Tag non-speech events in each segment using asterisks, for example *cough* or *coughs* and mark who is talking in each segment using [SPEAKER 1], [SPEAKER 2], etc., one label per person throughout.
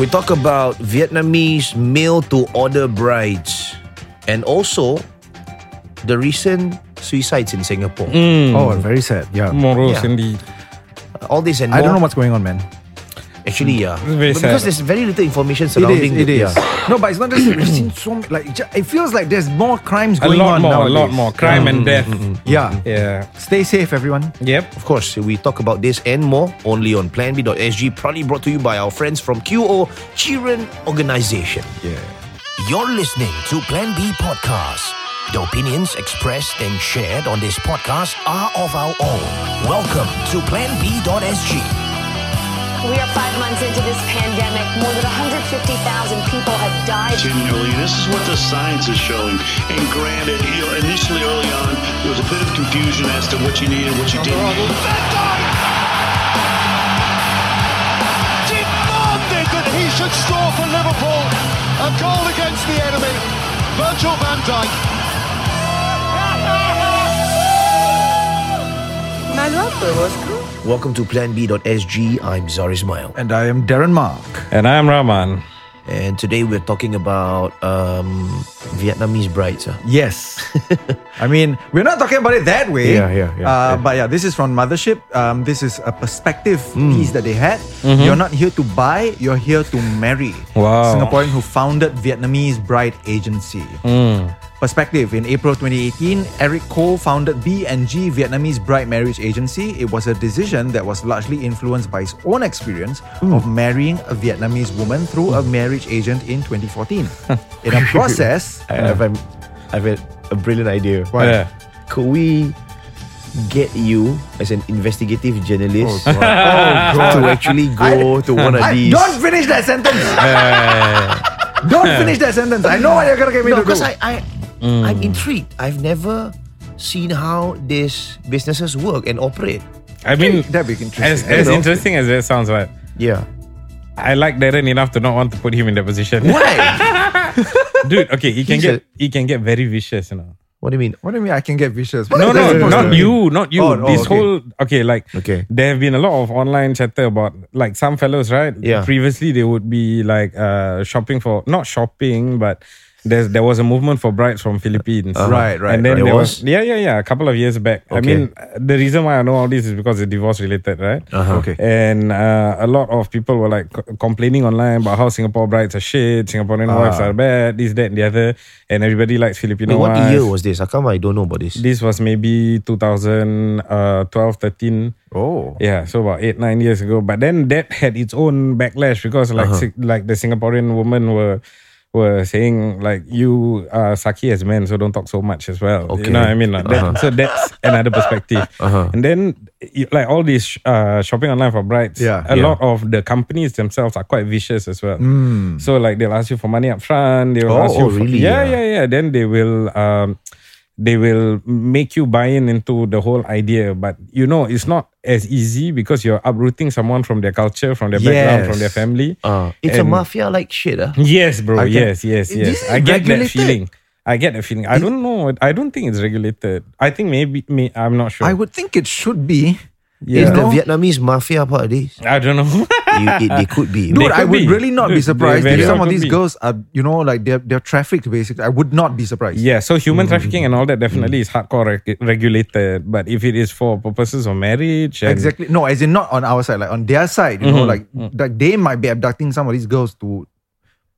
[SPEAKER 1] We talk about Vietnamese male to order brides and also the recent suicides in Singapore.
[SPEAKER 2] Hmm.
[SPEAKER 3] Oh, very sad. Yeah.
[SPEAKER 2] Morals
[SPEAKER 1] Yeah.
[SPEAKER 2] indeed.
[SPEAKER 1] All this and
[SPEAKER 3] I don't know
[SPEAKER 1] more.
[SPEAKER 3] what's going on, man.
[SPEAKER 1] Actually, yeah.
[SPEAKER 2] It's very
[SPEAKER 1] But
[SPEAKER 2] sad.
[SPEAKER 1] because there's very little information
[SPEAKER 3] It
[SPEAKER 1] surrounding
[SPEAKER 3] is. It
[SPEAKER 1] the-
[SPEAKER 3] is.
[SPEAKER 1] yeah.
[SPEAKER 3] No, but it's not just we've seen so many, like ju- it feels like there's more crimes
[SPEAKER 2] A
[SPEAKER 3] going on
[SPEAKER 2] lot
[SPEAKER 3] nowadays.
[SPEAKER 2] more,
[SPEAKER 3] Mm-hmm.
[SPEAKER 2] a lot more. Crime and death.
[SPEAKER 3] Yeah.
[SPEAKER 2] Yeah.
[SPEAKER 3] Stay safe, everyone.
[SPEAKER 2] Yep.
[SPEAKER 1] Of course, we talk about this and more only on planb.sg, proudly brought to you by our friends from QO Chiren Organization.
[SPEAKER 3] Yeah.
[SPEAKER 1] You're listening to Plan B Podcast. The opinions expressed and shared on this podcast are of our own. Welcome to planb.sg.
[SPEAKER 4] We are five months into this pandemic. More than 150,000 people have died.
[SPEAKER 5] continually. This is what the science is showing. And granted, you know, initially early on, there was a bit of confusion as to what you needed, what you didn't need.
[SPEAKER 6] demanded that he should score for Liverpool. A goal against the enemy. Virgil van Dijk.
[SPEAKER 1] Welcome to planb.sg. I'm Zar Ismail.
[SPEAKER 3] And I am Darren Mark.
[SPEAKER 2] And I'm Rahman.
[SPEAKER 1] And today we're talking about um, Vietnamese brides. ah.
[SPEAKER 3] Yes. I mean, we're not talking about it that way.
[SPEAKER 2] Yeah, yeah, yeah,
[SPEAKER 3] Uh, But yeah, this is from Mothership. Um, this is a perspective
[SPEAKER 2] Hmm.
[SPEAKER 3] piece that they had. You're not here to buy, you're here to marry.
[SPEAKER 2] Mm-hmm. Wow.
[SPEAKER 3] Singaporean who founded Vietnamese Bride Agency.
[SPEAKER 2] Hmm.
[SPEAKER 3] Perspective in April 2018, Eric Koh founded B&G Vietnamese Bride Marriage Agency. It was a decision that was largely influenced by his own experience
[SPEAKER 2] Hmm.
[SPEAKER 3] of marrying a Vietnamese woman through a marriage agent in 2014.
[SPEAKER 2] *laughs*
[SPEAKER 3] in a process,
[SPEAKER 7] I have, a, I have a, a brilliant idea.
[SPEAKER 3] What?
[SPEAKER 2] Yeah.
[SPEAKER 7] Could we get you as an investigative journalist
[SPEAKER 1] *laughs*
[SPEAKER 7] to actually go to one of
[SPEAKER 3] I,
[SPEAKER 7] these?
[SPEAKER 3] don't finish that
[SPEAKER 2] *laughs*
[SPEAKER 3] sentence. don't finish that sentence. I know what you're gonna get me
[SPEAKER 1] No,
[SPEAKER 3] to do.
[SPEAKER 1] because I, I I'm intrigued. I've never seen how these businesses work and operate.
[SPEAKER 2] I mean,
[SPEAKER 3] That'd be interesting.
[SPEAKER 2] as, as interesting as that sounds, right?
[SPEAKER 7] yeah.
[SPEAKER 2] I like Darren enough to not want to put him in that position.
[SPEAKER 3] Why?
[SPEAKER 2] Dude, okay, he can
[SPEAKER 1] He's
[SPEAKER 2] get he can get very vicious, you know.
[SPEAKER 1] What do you mean?
[SPEAKER 3] what do you mean I can get vicious? What
[SPEAKER 2] No,
[SPEAKER 3] is that
[SPEAKER 2] no,
[SPEAKER 3] supposed to
[SPEAKER 2] not
[SPEAKER 3] mean?
[SPEAKER 2] you, not you.
[SPEAKER 3] Oh, oh,
[SPEAKER 2] this
[SPEAKER 3] okay.
[SPEAKER 2] whole okay, like
[SPEAKER 7] Okay.
[SPEAKER 2] there have been a lot of online chatter about like some fellows, right?
[SPEAKER 7] Yeah.
[SPEAKER 2] Previously, they would be like uh shopping for not shopping, but there's there was a movement for brides from Philippines,
[SPEAKER 3] Right, right,
[SPEAKER 2] And then
[SPEAKER 3] right.
[SPEAKER 2] there
[SPEAKER 7] There
[SPEAKER 2] was, yeah, yeah, yeah, a couple of years back. I
[SPEAKER 7] Okay.
[SPEAKER 2] mean, uh, the reason why I know all this is because it's divorce related, right?
[SPEAKER 3] Okay.
[SPEAKER 2] And uh, a lot of people were like c- complaining online about how Singapore brides are shit, Singaporean wives are bad, this, that, and the other, and everybody likes Filipino
[SPEAKER 1] Wait, what
[SPEAKER 2] wives.
[SPEAKER 1] year was this? How come I don't know about this?
[SPEAKER 2] This was maybe 2012, 13.
[SPEAKER 3] Oh.
[SPEAKER 2] Yeah, so about eight, nine years ago. But then that had its own backlash because like Sing- like the Singaporean women were were saying like you are sucky as men, so don't talk so much as well. You know what I mean? Like that- so that's another perspective. And then you- like all these uh, shopping online for brides,
[SPEAKER 3] Yeah,
[SPEAKER 2] a
[SPEAKER 3] yeah.
[SPEAKER 2] lot of the companies themselves are quite vicious as well. So like they'll ask you for money up front. They'll
[SPEAKER 1] Oh,
[SPEAKER 2] ask you
[SPEAKER 1] oh,
[SPEAKER 2] for,
[SPEAKER 1] really?
[SPEAKER 2] Yeah,
[SPEAKER 1] Yeah.
[SPEAKER 2] yeah, yeah. Then they will um, they will make you buy in into the whole idea. But you know, it's not as easy because you're uprooting someone from their culture, from their background, from their
[SPEAKER 3] Yes. Uh.
[SPEAKER 2] family.
[SPEAKER 1] Ah, it's a
[SPEAKER 2] And-
[SPEAKER 1] mafia like shit, ah.
[SPEAKER 2] Yes, bro.
[SPEAKER 3] I can-
[SPEAKER 2] yes, yes,
[SPEAKER 3] This
[SPEAKER 2] yes.
[SPEAKER 3] is
[SPEAKER 2] I get
[SPEAKER 3] regulated.
[SPEAKER 2] that feeling. I get that feeling. I don't know. I don't think it's regulated. I think maybe. May, I'm not sure.
[SPEAKER 3] I would think it should be.
[SPEAKER 1] Is
[SPEAKER 2] yeah.
[SPEAKER 1] the
[SPEAKER 3] No.
[SPEAKER 1] Vietnamese mafia part of
[SPEAKER 2] *laughs*
[SPEAKER 1] this?
[SPEAKER 2] I don't
[SPEAKER 3] *laughs*
[SPEAKER 2] know.
[SPEAKER 1] You, it, they could be.
[SPEAKER 3] Dude,
[SPEAKER 2] They
[SPEAKER 3] I
[SPEAKER 2] could
[SPEAKER 3] would
[SPEAKER 2] be.
[SPEAKER 3] really not be
[SPEAKER 2] Dude, they
[SPEAKER 3] surprised
[SPEAKER 2] very
[SPEAKER 3] if some
[SPEAKER 2] well
[SPEAKER 3] of
[SPEAKER 2] could
[SPEAKER 3] these
[SPEAKER 2] be.
[SPEAKER 3] girls are, you know, like they're they're trafficked basically. I would not be surprised.
[SPEAKER 2] Yeah, so human
[SPEAKER 3] Hmm.
[SPEAKER 2] trafficking and all that definitely is hardcore reg- regulated. But if it is for purposes of marriage, and
[SPEAKER 3] Exactly. No, as in not on our side, like on their side, you know,
[SPEAKER 2] Mm-hmm.
[SPEAKER 3] like like they might be abducting some of these girls to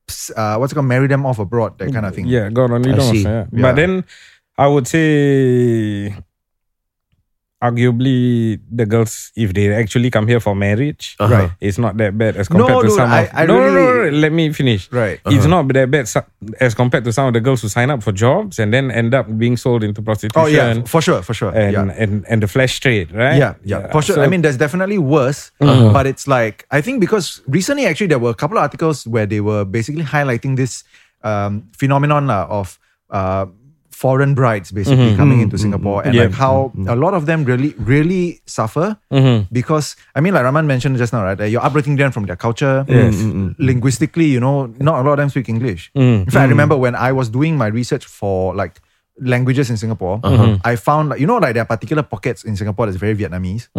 [SPEAKER 3] ps- uh, what's it called, marry them off abroad, that kind of thing.
[SPEAKER 2] Yeah, God only
[SPEAKER 1] I
[SPEAKER 2] knows.
[SPEAKER 1] see.
[SPEAKER 2] Yeah.
[SPEAKER 3] Yeah.
[SPEAKER 2] But then I would say, arguably, the girls, if they actually come here for marriage,
[SPEAKER 1] Uh-huh. Right.
[SPEAKER 2] it's not that bad as compared to
[SPEAKER 3] dude,
[SPEAKER 2] some
[SPEAKER 3] I-
[SPEAKER 2] of.
[SPEAKER 3] I
[SPEAKER 2] no, no, no,
[SPEAKER 3] really-
[SPEAKER 2] no, let me finish.
[SPEAKER 3] Right.
[SPEAKER 2] It's not that bad so- as compared to some of the girls who sign up for jobs and then end up being sold into prostitution.
[SPEAKER 3] Oh yeah, f- for sure, for sure.
[SPEAKER 2] And,
[SPEAKER 3] yeah.
[SPEAKER 2] and and the flesh trade, right?
[SPEAKER 3] Yeah, yeah, for sure.
[SPEAKER 2] So-
[SPEAKER 3] I mean, there's definitely worse, but it's like I think because recently, actually, there were a couple of articles where they were basically highlighting this um, phenomenon lah of uh, foreign brides basically coming into Singapore and like
[SPEAKER 2] Mm-hmm. Yeah. Mm-hmm.
[SPEAKER 3] how a lot of them really, really suffer because I mean, like Raman mentioned just now, right? that You're uprooting them from their culture.
[SPEAKER 7] Mm,
[SPEAKER 3] Linguistically, you know, not a lot of them speak English.
[SPEAKER 7] Mm,
[SPEAKER 3] In fact, I remember when I was doing my research for like languages in
[SPEAKER 7] Uh-huh.
[SPEAKER 2] Mm-hmm.
[SPEAKER 7] Mm-hmm.
[SPEAKER 3] Singapore, I found like you know like there are particular pockets in Singapore that's very Vietnamese.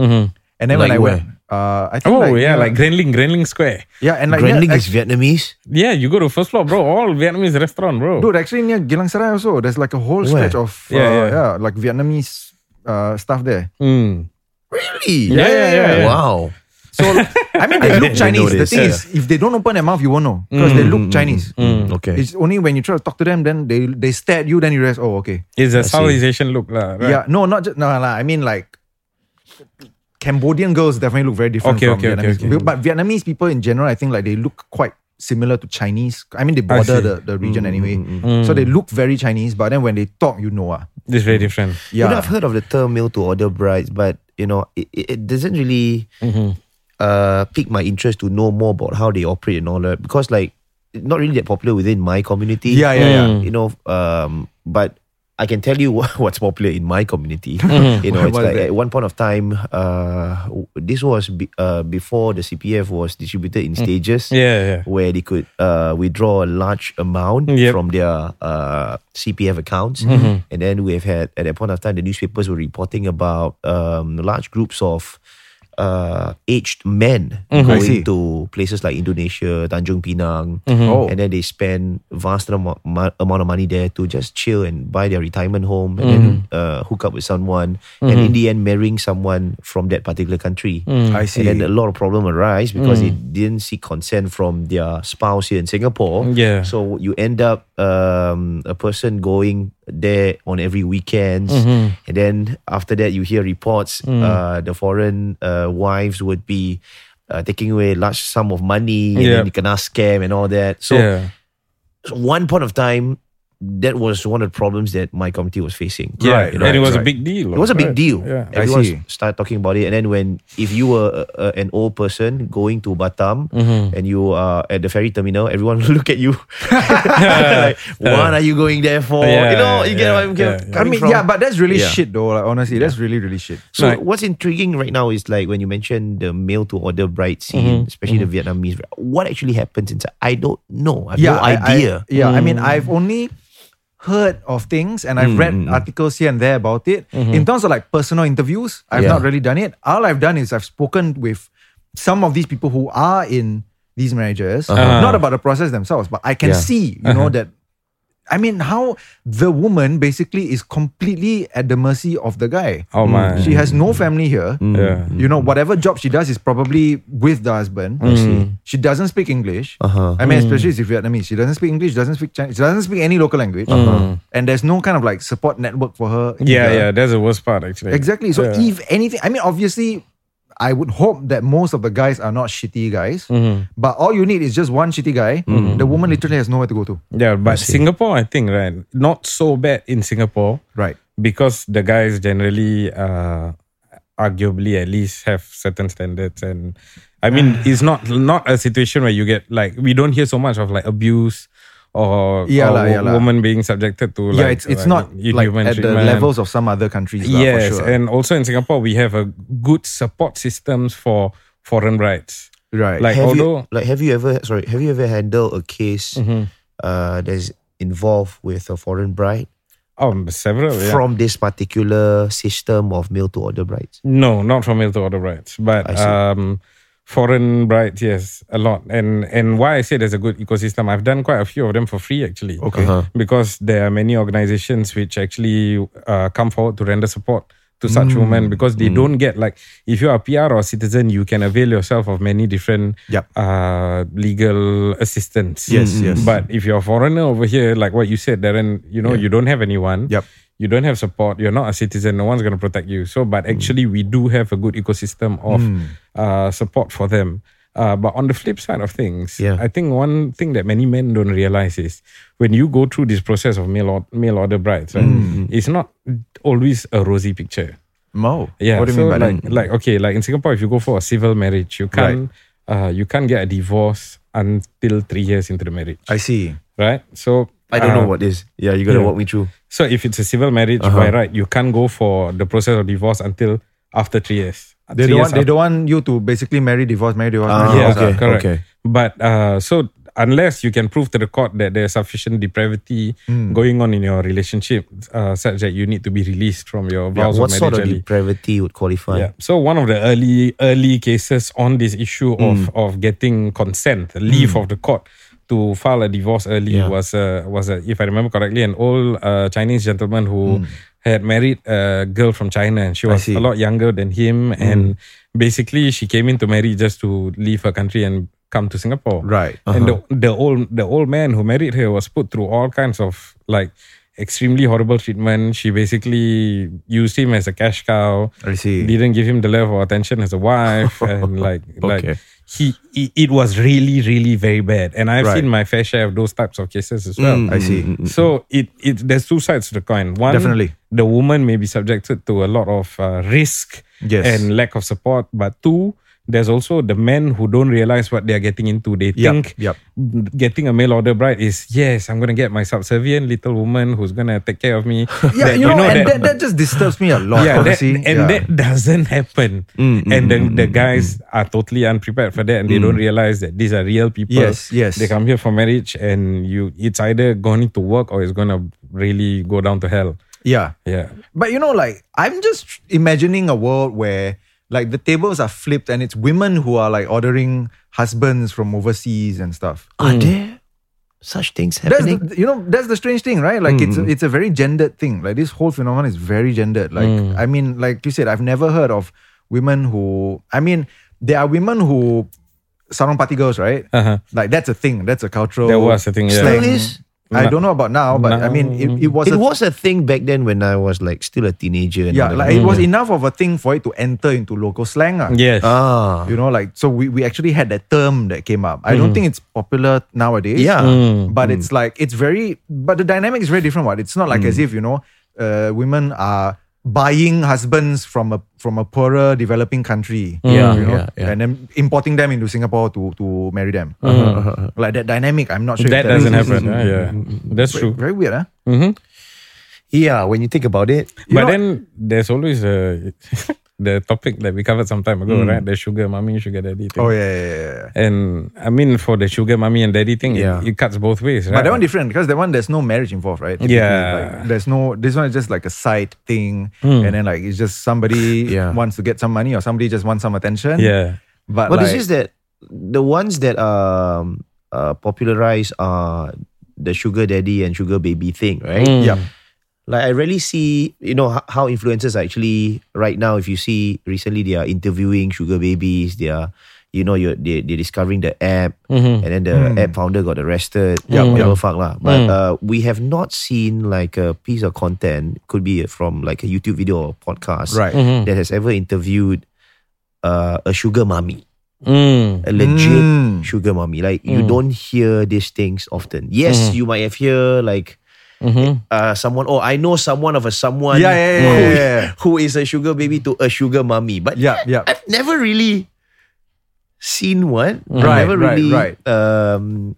[SPEAKER 3] And then when I
[SPEAKER 1] Like
[SPEAKER 3] went, Uh, I think
[SPEAKER 2] Oh
[SPEAKER 3] like,
[SPEAKER 2] yeah,
[SPEAKER 3] near-
[SPEAKER 2] like Grenling, Grenling Square.
[SPEAKER 3] yeah, and like
[SPEAKER 7] Grandling
[SPEAKER 3] near,
[SPEAKER 7] is Vietnamese.
[SPEAKER 2] Yeah, you go to first floor, bro. All Vietnamese restaurant, bro.
[SPEAKER 3] Dude, actually near Gilang Serai also, there's like a whole
[SPEAKER 7] Where?
[SPEAKER 3] stretch of uh,
[SPEAKER 2] Yeah,
[SPEAKER 3] yeah,
[SPEAKER 2] yeah.
[SPEAKER 3] like Vietnamese uh, stuff
[SPEAKER 7] *laughs*
[SPEAKER 3] there.
[SPEAKER 2] Mm.
[SPEAKER 7] Really?
[SPEAKER 2] Yeah, yeah, yeah, yeah.
[SPEAKER 7] Wow.
[SPEAKER 3] So I mean, they
[SPEAKER 7] I
[SPEAKER 3] look
[SPEAKER 7] didn't know
[SPEAKER 3] Chinese. The
[SPEAKER 7] this,
[SPEAKER 3] thing
[SPEAKER 7] yeah. Mm,
[SPEAKER 3] is, if they don't open their mouth, you won't know because they look Chinese.
[SPEAKER 7] Okay.
[SPEAKER 3] It's only when you try to talk to them, then they they stare at you, then you realize, oh, okay.
[SPEAKER 2] It's a South
[SPEAKER 7] see.
[SPEAKER 2] East Asian look, lah. right?
[SPEAKER 3] Yeah, no, not just no, no, I mean like Cambodian girls definitely look very different
[SPEAKER 2] Okay,
[SPEAKER 3] from
[SPEAKER 2] okay, okay,
[SPEAKER 3] Vietnamese
[SPEAKER 2] okay.
[SPEAKER 3] people. But Vietnamese people in general, I think like they look quite similar to Chinese. I mean they border
[SPEAKER 2] see.
[SPEAKER 3] the,
[SPEAKER 2] Mm,
[SPEAKER 3] the region anyway. So they look very Chinese, but then when they talk, you know. ah.
[SPEAKER 2] It's very different.
[SPEAKER 3] Yeah.
[SPEAKER 7] You know, I've heard of the term meal to order brides, but you know, it, it it doesn't really
[SPEAKER 3] Mm-hmm.
[SPEAKER 7] uh, pique my interest to know more about how they operate and all that because, like, it's not really that popular within my community.
[SPEAKER 3] Yeah, yeah, yeah.
[SPEAKER 7] You know, um, but I can tell you *laughs* what, what's popular in my
[SPEAKER 3] *laughs*
[SPEAKER 7] community. You know, it's like
[SPEAKER 3] What- what is Mm-hmm.
[SPEAKER 7] at
[SPEAKER 3] that?
[SPEAKER 7] one point of time, uh, w- this was be, uh, before the CPF was distributed
[SPEAKER 3] Mm.
[SPEAKER 7] in stages
[SPEAKER 2] Yeah, yeah.
[SPEAKER 7] where they could uh, withdraw a large amount
[SPEAKER 2] Yep.
[SPEAKER 7] from their uh, CPF accounts. And then we have had, at that point of time, the newspapers were reporting about um, large groups of uh, aged men
[SPEAKER 3] I
[SPEAKER 7] going
[SPEAKER 3] see.
[SPEAKER 7] to places like Indonesia, Tanjung Pinang.
[SPEAKER 3] Oh.
[SPEAKER 7] And then they spend vast amo- ma- amount of money there to just chill and buy their retirement home and then uh, hook up with someone. And in the end, marrying someone from that particular country.
[SPEAKER 3] I see.
[SPEAKER 7] And then a lot of problem arise because they
[SPEAKER 2] Mm.
[SPEAKER 7] didn't seek consent from their spouse here in Singapore.
[SPEAKER 2] Yeah.
[SPEAKER 7] So you end up um, a person going there on every weekends,
[SPEAKER 2] Mm-hmm.
[SPEAKER 7] and then after that you hear reports
[SPEAKER 2] Mm.
[SPEAKER 7] uh, the foreign uh, wives would be uh, taking away large sum of money and then
[SPEAKER 2] Yeah.
[SPEAKER 7] you can scam and all that. So
[SPEAKER 2] yeah.
[SPEAKER 7] so one point of time, that was one of the problems that my committee was facing.
[SPEAKER 2] Yeah,
[SPEAKER 3] Right,
[SPEAKER 2] and
[SPEAKER 3] right,
[SPEAKER 2] it was a
[SPEAKER 3] right.
[SPEAKER 2] big
[SPEAKER 7] It
[SPEAKER 2] deal.
[SPEAKER 7] was a big
[SPEAKER 2] right?
[SPEAKER 7] deal.
[SPEAKER 2] Yeah.
[SPEAKER 3] I
[SPEAKER 7] Everyone
[SPEAKER 3] see.
[SPEAKER 7] started talking about it, and then when if you were uh, uh, an old person going to Batam
[SPEAKER 2] Mm-hmm.
[SPEAKER 7] and you are at the ferry terminal, everyone *laughs* will look at
[SPEAKER 2] *laughs*
[SPEAKER 7] you. like, what are you going there for?
[SPEAKER 2] Yeah,
[SPEAKER 7] you know, you get
[SPEAKER 2] yeah,
[SPEAKER 7] what I'm
[SPEAKER 2] yeah,
[SPEAKER 7] get-
[SPEAKER 2] yeah.
[SPEAKER 3] I
[SPEAKER 7] coming
[SPEAKER 3] mean,
[SPEAKER 7] from.
[SPEAKER 3] yeah, but that's really
[SPEAKER 7] Yeah.
[SPEAKER 3] shit though. Like, honestly, that's really, really shit.
[SPEAKER 7] So
[SPEAKER 2] Right.
[SPEAKER 7] what's intriguing right now is like when you mentioned the male to order bride scene,
[SPEAKER 2] Mm-hmm.
[SPEAKER 7] especially the Vietnamese. What actually happens inside? I don't know. I have no
[SPEAKER 3] I- I-
[SPEAKER 7] idea.
[SPEAKER 3] yeah, I mean, I've only heard of things and I've read
[SPEAKER 7] Hmm,
[SPEAKER 3] articles here and there about it. In terms of like personal interviews, I've
[SPEAKER 7] Yeah.
[SPEAKER 3] not really done it. All I've done is I've spoken with some of these people who are in these marriages, not about the process themselves, but I can
[SPEAKER 7] Uh-huh. Yeah. Uh-huh.
[SPEAKER 3] see, you know, that. I mean, how the woman basically is completely at the mercy of the guy.
[SPEAKER 2] Oh my.
[SPEAKER 3] She has no family here.
[SPEAKER 2] Yeah.
[SPEAKER 3] You know, whatever job she does is probably with the husband. She doesn't speak English.
[SPEAKER 2] Uh-huh.
[SPEAKER 3] I mean,
[SPEAKER 2] Mm.
[SPEAKER 3] especially if Vietnamese. She doesn't speak English, doesn't speak Chinese, she doesn't speak any local language. And there's no kind of like support network for her.
[SPEAKER 2] Yeah,
[SPEAKER 3] either.
[SPEAKER 2] Uh-huh. yeah. That's the worst part, actually.
[SPEAKER 3] Exactly. So
[SPEAKER 2] Yeah.
[SPEAKER 3] if anything, I mean, obviously, I would hope that most of the guys are not shitty guys.
[SPEAKER 2] Mm-hmm.
[SPEAKER 3] But all you need is just one shitty guy. The woman literally has nowhere to go to.
[SPEAKER 2] Yeah, but Singapore, I think, right? Not so bad in Singapore
[SPEAKER 3] Right.
[SPEAKER 2] because the guys generally, uh, arguably, at least have certain standards. And
[SPEAKER 3] *sighs*
[SPEAKER 2] I mean, it's not not a situation where you get like we don't hear so much of like abuse or,
[SPEAKER 3] Yeah
[SPEAKER 2] or
[SPEAKER 3] lah, yeah lah.
[SPEAKER 2] woman being subjected to like
[SPEAKER 3] yeah, it's it's not like
[SPEAKER 2] inhuman
[SPEAKER 3] at the
[SPEAKER 2] treatment.
[SPEAKER 3] levels of some other countries. lah,
[SPEAKER 2] Yes,
[SPEAKER 3] for sure.
[SPEAKER 2] and also in Singapore, we have a good support systems for foreign rights.
[SPEAKER 3] right.
[SPEAKER 2] like-
[SPEAKER 7] have
[SPEAKER 2] although-
[SPEAKER 7] you, like have you ever sorry have you ever handled a case
[SPEAKER 2] Mm-hmm.
[SPEAKER 7] uh, that's involved with a foreign bride
[SPEAKER 2] Um, several yeah.
[SPEAKER 7] from this particular system of mail to order brides
[SPEAKER 2] No, not from male to order brides, but
[SPEAKER 7] I see.
[SPEAKER 2] um, foreign brides, yes, a lot. And and why I say there's a good ecosystem, I've done quite a few of them for free actually. Okay. Because there are many organizations which actually uh, come forward to render support to such women because they don't get like if you are a PR or citizen, you can avail yourself of many different
[SPEAKER 3] Yup.
[SPEAKER 2] uh, legal assistance.
[SPEAKER 3] Yes, Mm, yes.
[SPEAKER 2] But if you're a foreigner over here, like what you said, Darren, you know, you don't have anyone
[SPEAKER 3] Yep.
[SPEAKER 2] you don't have support, you're not a citizen, no one's going to protect you. So, but actually, we do have a good ecosystem of
[SPEAKER 3] Hmm.
[SPEAKER 2] uh, support for them. Uh, but on the flip side of things,
[SPEAKER 7] Yeah.
[SPEAKER 2] I think one thing that many men don't realize is when you go through this process of mail, or- mail order brides, right,
[SPEAKER 3] Hmm.
[SPEAKER 2] it's not always a rosy picture.
[SPEAKER 3] Mo.
[SPEAKER 2] Yeah.
[SPEAKER 3] What do you
[SPEAKER 2] so
[SPEAKER 3] mean by
[SPEAKER 2] like,
[SPEAKER 3] that?
[SPEAKER 2] Like okay, like in Singapore, if you go for a civil marriage, you can't uh, you can't get a divorce until three years into the marriage,
[SPEAKER 3] I see.
[SPEAKER 2] right? So
[SPEAKER 7] i don't
[SPEAKER 2] uh,
[SPEAKER 7] know what Uh-huh. this yeah you gotta
[SPEAKER 2] yeah.
[SPEAKER 7] walk me through
[SPEAKER 2] so if it's a civil marriage by right, you can't go for the process of divorce until after three years.
[SPEAKER 3] They don't,
[SPEAKER 2] Three years
[SPEAKER 3] want, they
[SPEAKER 2] after-
[SPEAKER 3] don't want you to basically marry, divorce, marry, divorce. marry,
[SPEAKER 7] Ah,
[SPEAKER 3] divorce.
[SPEAKER 2] Yeah,
[SPEAKER 7] okay,
[SPEAKER 2] correct.
[SPEAKER 7] okay.
[SPEAKER 2] But uh, so unless you can prove to the court that there's sufficient depravity
[SPEAKER 7] Hmm.
[SPEAKER 2] going on in your relationship, uh, such that you need to be released from your
[SPEAKER 7] Yeah,
[SPEAKER 2] vows
[SPEAKER 7] what
[SPEAKER 2] of
[SPEAKER 7] sort of
[SPEAKER 2] marriage. early.
[SPEAKER 7] depravity would qualify?
[SPEAKER 2] Yeah. So one of the early early cases on this issue
[SPEAKER 3] Hmm.
[SPEAKER 2] of of getting consent, leave of the court to file a divorce early
[SPEAKER 7] Yeah.
[SPEAKER 2] was a, was a, if I remember correctly an old uh, Chinese gentleman who had married a girl from China and she was
[SPEAKER 3] Hmm. see. Hmm.
[SPEAKER 2] a lot younger than him and basically she came into marriage just to leave her country and come to Singapore.
[SPEAKER 3] Right. Uh-huh.
[SPEAKER 2] And the, the old the old man who married her was put through all kinds of like extremely horrible treatment. She basically used him as a cash cow.
[SPEAKER 3] I see.
[SPEAKER 2] Didn't give him the level of attention as a
[SPEAKER 3] *laughs*
[SPEAKER 2] wife, and like like
[SPEAKER 7] Okay.
[SPEAKER 2] he, he it was really really very bad. And I've
[SPEAKER 3] Right. Mm,
[SPEAKER 2] seen my fair share of those types of cases as well.
[SPEAKER 3] I see.
[SPEAKER 2] So it it there's two sides to the coin. One,
[SPEAKER 3] Definitely.
[SPEAKER 2] the woman may be subjected to a lot of uh, risk
[SPEAKER 3] Yes.
[SPEAKER 2] and lack of support, but two. There's also the men who don't realize what they are getting into. They
[SPEAKER 3] Yup,
[SPEAKER 2] think
[SPEAKER 3] yup.
[SPEAKER 2] getting a mail order bride is yes, I'm gonna get my subservient little woman who's gonna take care of me.
[SPEAKER 3] Yeah,
[SPEAKER 2] That-
[SPEAKER 3] you know, and that, that just disturbs me a lot.
[SPEAKER 2] yeah, that,
[SPEAKER 3] honestly. Yeah.
[SPEAKER 2] and
[SPEAKER 3] Mm,
[SPEAKER 2] that *laughs* doesn't happen. and then the guys are totally unprepared for that, and they don't realize that these are real people.
[SPEAKER 3] Yes, yes.
[SPEAKER 2] They come here for marriage, and you it's either going to work or it's gonna really go down to hell.
[SPEAKER 3] yeah.
[SPEAKER 2] Yeah,
[SPEAKER 3] But you know, like I'm just imagining a world where like the tables are flipped and it's women who are like ordering husbands from overseas and stuff.
[SPEAKER 7] Are there such things
[SPEAKER 3] That's
[SPEAKER 7] happening?
[SPEAKER 3] the, you know that's the strange thing, right? Like it's a,
[SPEAKER 2] Mm.
[SPEAKER 3] it's a very gendered thing. Like this whole phenomenon is very gendered. Like
[SPEAKER 2] Mm.
[SPEAKER 3] I mean, like you said, I've never heard of women who. I mean, there are women who sarong party girls, right?
[SPEAKER 2] Uh-huh.
[SPEAKER 3] Like that's a thing. That's a cultural.
[SPEAKER 2] There was a thing, yeah.
[SPEAKER 3] slang.
[SPEAKER 7] Still is?
[SPEAKER 3] I don't know about now, but I mean, it, it was
[SPEAKER 7] it
[SPEAKER 3] a
[SPEAKER 7] was a thing back then when I was like still a teenager. And
[SPEAKER 3] yeah,
[SPEAKER 7] all
[SPEAKER 3] like
[SPEAKER 7] that.
[SPEAKER 3] it was enough of a thing for it to enter into local slang. ah.
[SPEAKER 2] Mm. yes.
[SPEAKER 7] ah,
[SPEAKER 3] You know, like so we, we actually had that term that came up. I don't think it's popular nowadays.
[SPEAKER 7] Hmm. Yeah. Hmm.
[SPEAKER 3] But it's like it's very but the dynamic is very different. What it's not like
[SPEAKER 7] Hmm.
[SPEAKER 3] as if, you know, uh, women are buying husbands from a from a poorer developing country.
[SPEAKER 7] Hmm. Yeah,
[SPEAKER 3] You know,
[SPEAKER 7] yeah, yeah. Uh-huh.
[SPEAKER 3] and then importing them into Singapore to to marry them. Hmm. Like that Mm, dynamic, I'm not sure
[SPEAKER 2] That
[SPEAKER 3] if
[SPEAKER 2] doesn't
[SPEAKER 3] is-
[SPEAKER 2] happen. huh? Yeah, that's true.
[SPEAKER 3] Very weird, huh?
[SPEAKER 7] Mm-hmm. yeah. When you think about it,
[SPEAKER 3] know-
[SPEAKER 2] But then there's always uh, *laughs* the topic that we covered some time ago, right? The sugar mommy, sugar daddy thing.
[SPEAKER 3] Mm. Oh yeah, yeah, yeah, yeah.
[SPEAKER 2] And I mean, for the sugar mommy and daddy thing,
[SPEAKER 7] Yeah.
[SPEAKER 2] it, it cuts both ways, right?
[SPEAKER 3] But that one different because that one there's no marriage involved, right? Typically,
[SPEAKER 2] Yeah. Hmm.
[SPEAKER 3] like, there's no. This one is just like a side thing, and then like it's just somebody
[SPEAKER 7] Yeah.
[SPEAKER 3] wants to get some money or somebody just wants some attention.
[SPEAKER 2] Yeah.
[SPEAKER 3] But,
[SPEAKER 7] but
[SPEAKER 3] like,
[SPEAKER 7] it's just that the ones that um uh, popularized are the sugar daddy and sugar baby thing, right?
[SPEAKER 3] Mm. yeah,
[SPEAKER 7] Like I rarely see, you know, ho- how influencers are actually right now. If you see recently, they are interviewing sugar babies. They are, you know, you're, they they're discovering the app,
[SPEAKER 3] Mm-hmm.
[SPEAKER 7] and then the app founder got arrested. Yeah,
[SPEAKER 3] Mm.
[SPEAKER 7] whatever fuck lah. But uh, we have not seen like a piece of content could be from like a YouTube video or podcast
[SPEAKER 3] Right. Mm-hmm.
[SPEAKER 7] that has ever interviewed uh, a sugar mommy
[SPEAKER 2] Mm.
[SPEAKER 7] a legit
[SPEAKER 3] Mm.
[SPEAKER 7] sugar mommy. Like you don't hear these things often. Yes, you might have hear like uh, someone. Oh, I know someone of a someone.
[SPEAKER 3] Yeah, yeah, yeah,
[SPEAKER 7] who,
[SPEAKER 3] yeah, yeah, yeah.
[SPEAKER 7] who is a sugar baby to a sugar mommy. But
[SPEAKER 3] Yeah, yeah.
[SPEAKER 7] I've never really seen one.
[SPEAKER 3] Right,
[SPEAKER 7] I've never
[SPEAKER 3] right,
[SPEAKER 7] really
[SPEAKER 3] right.
[SPEAKER 7] um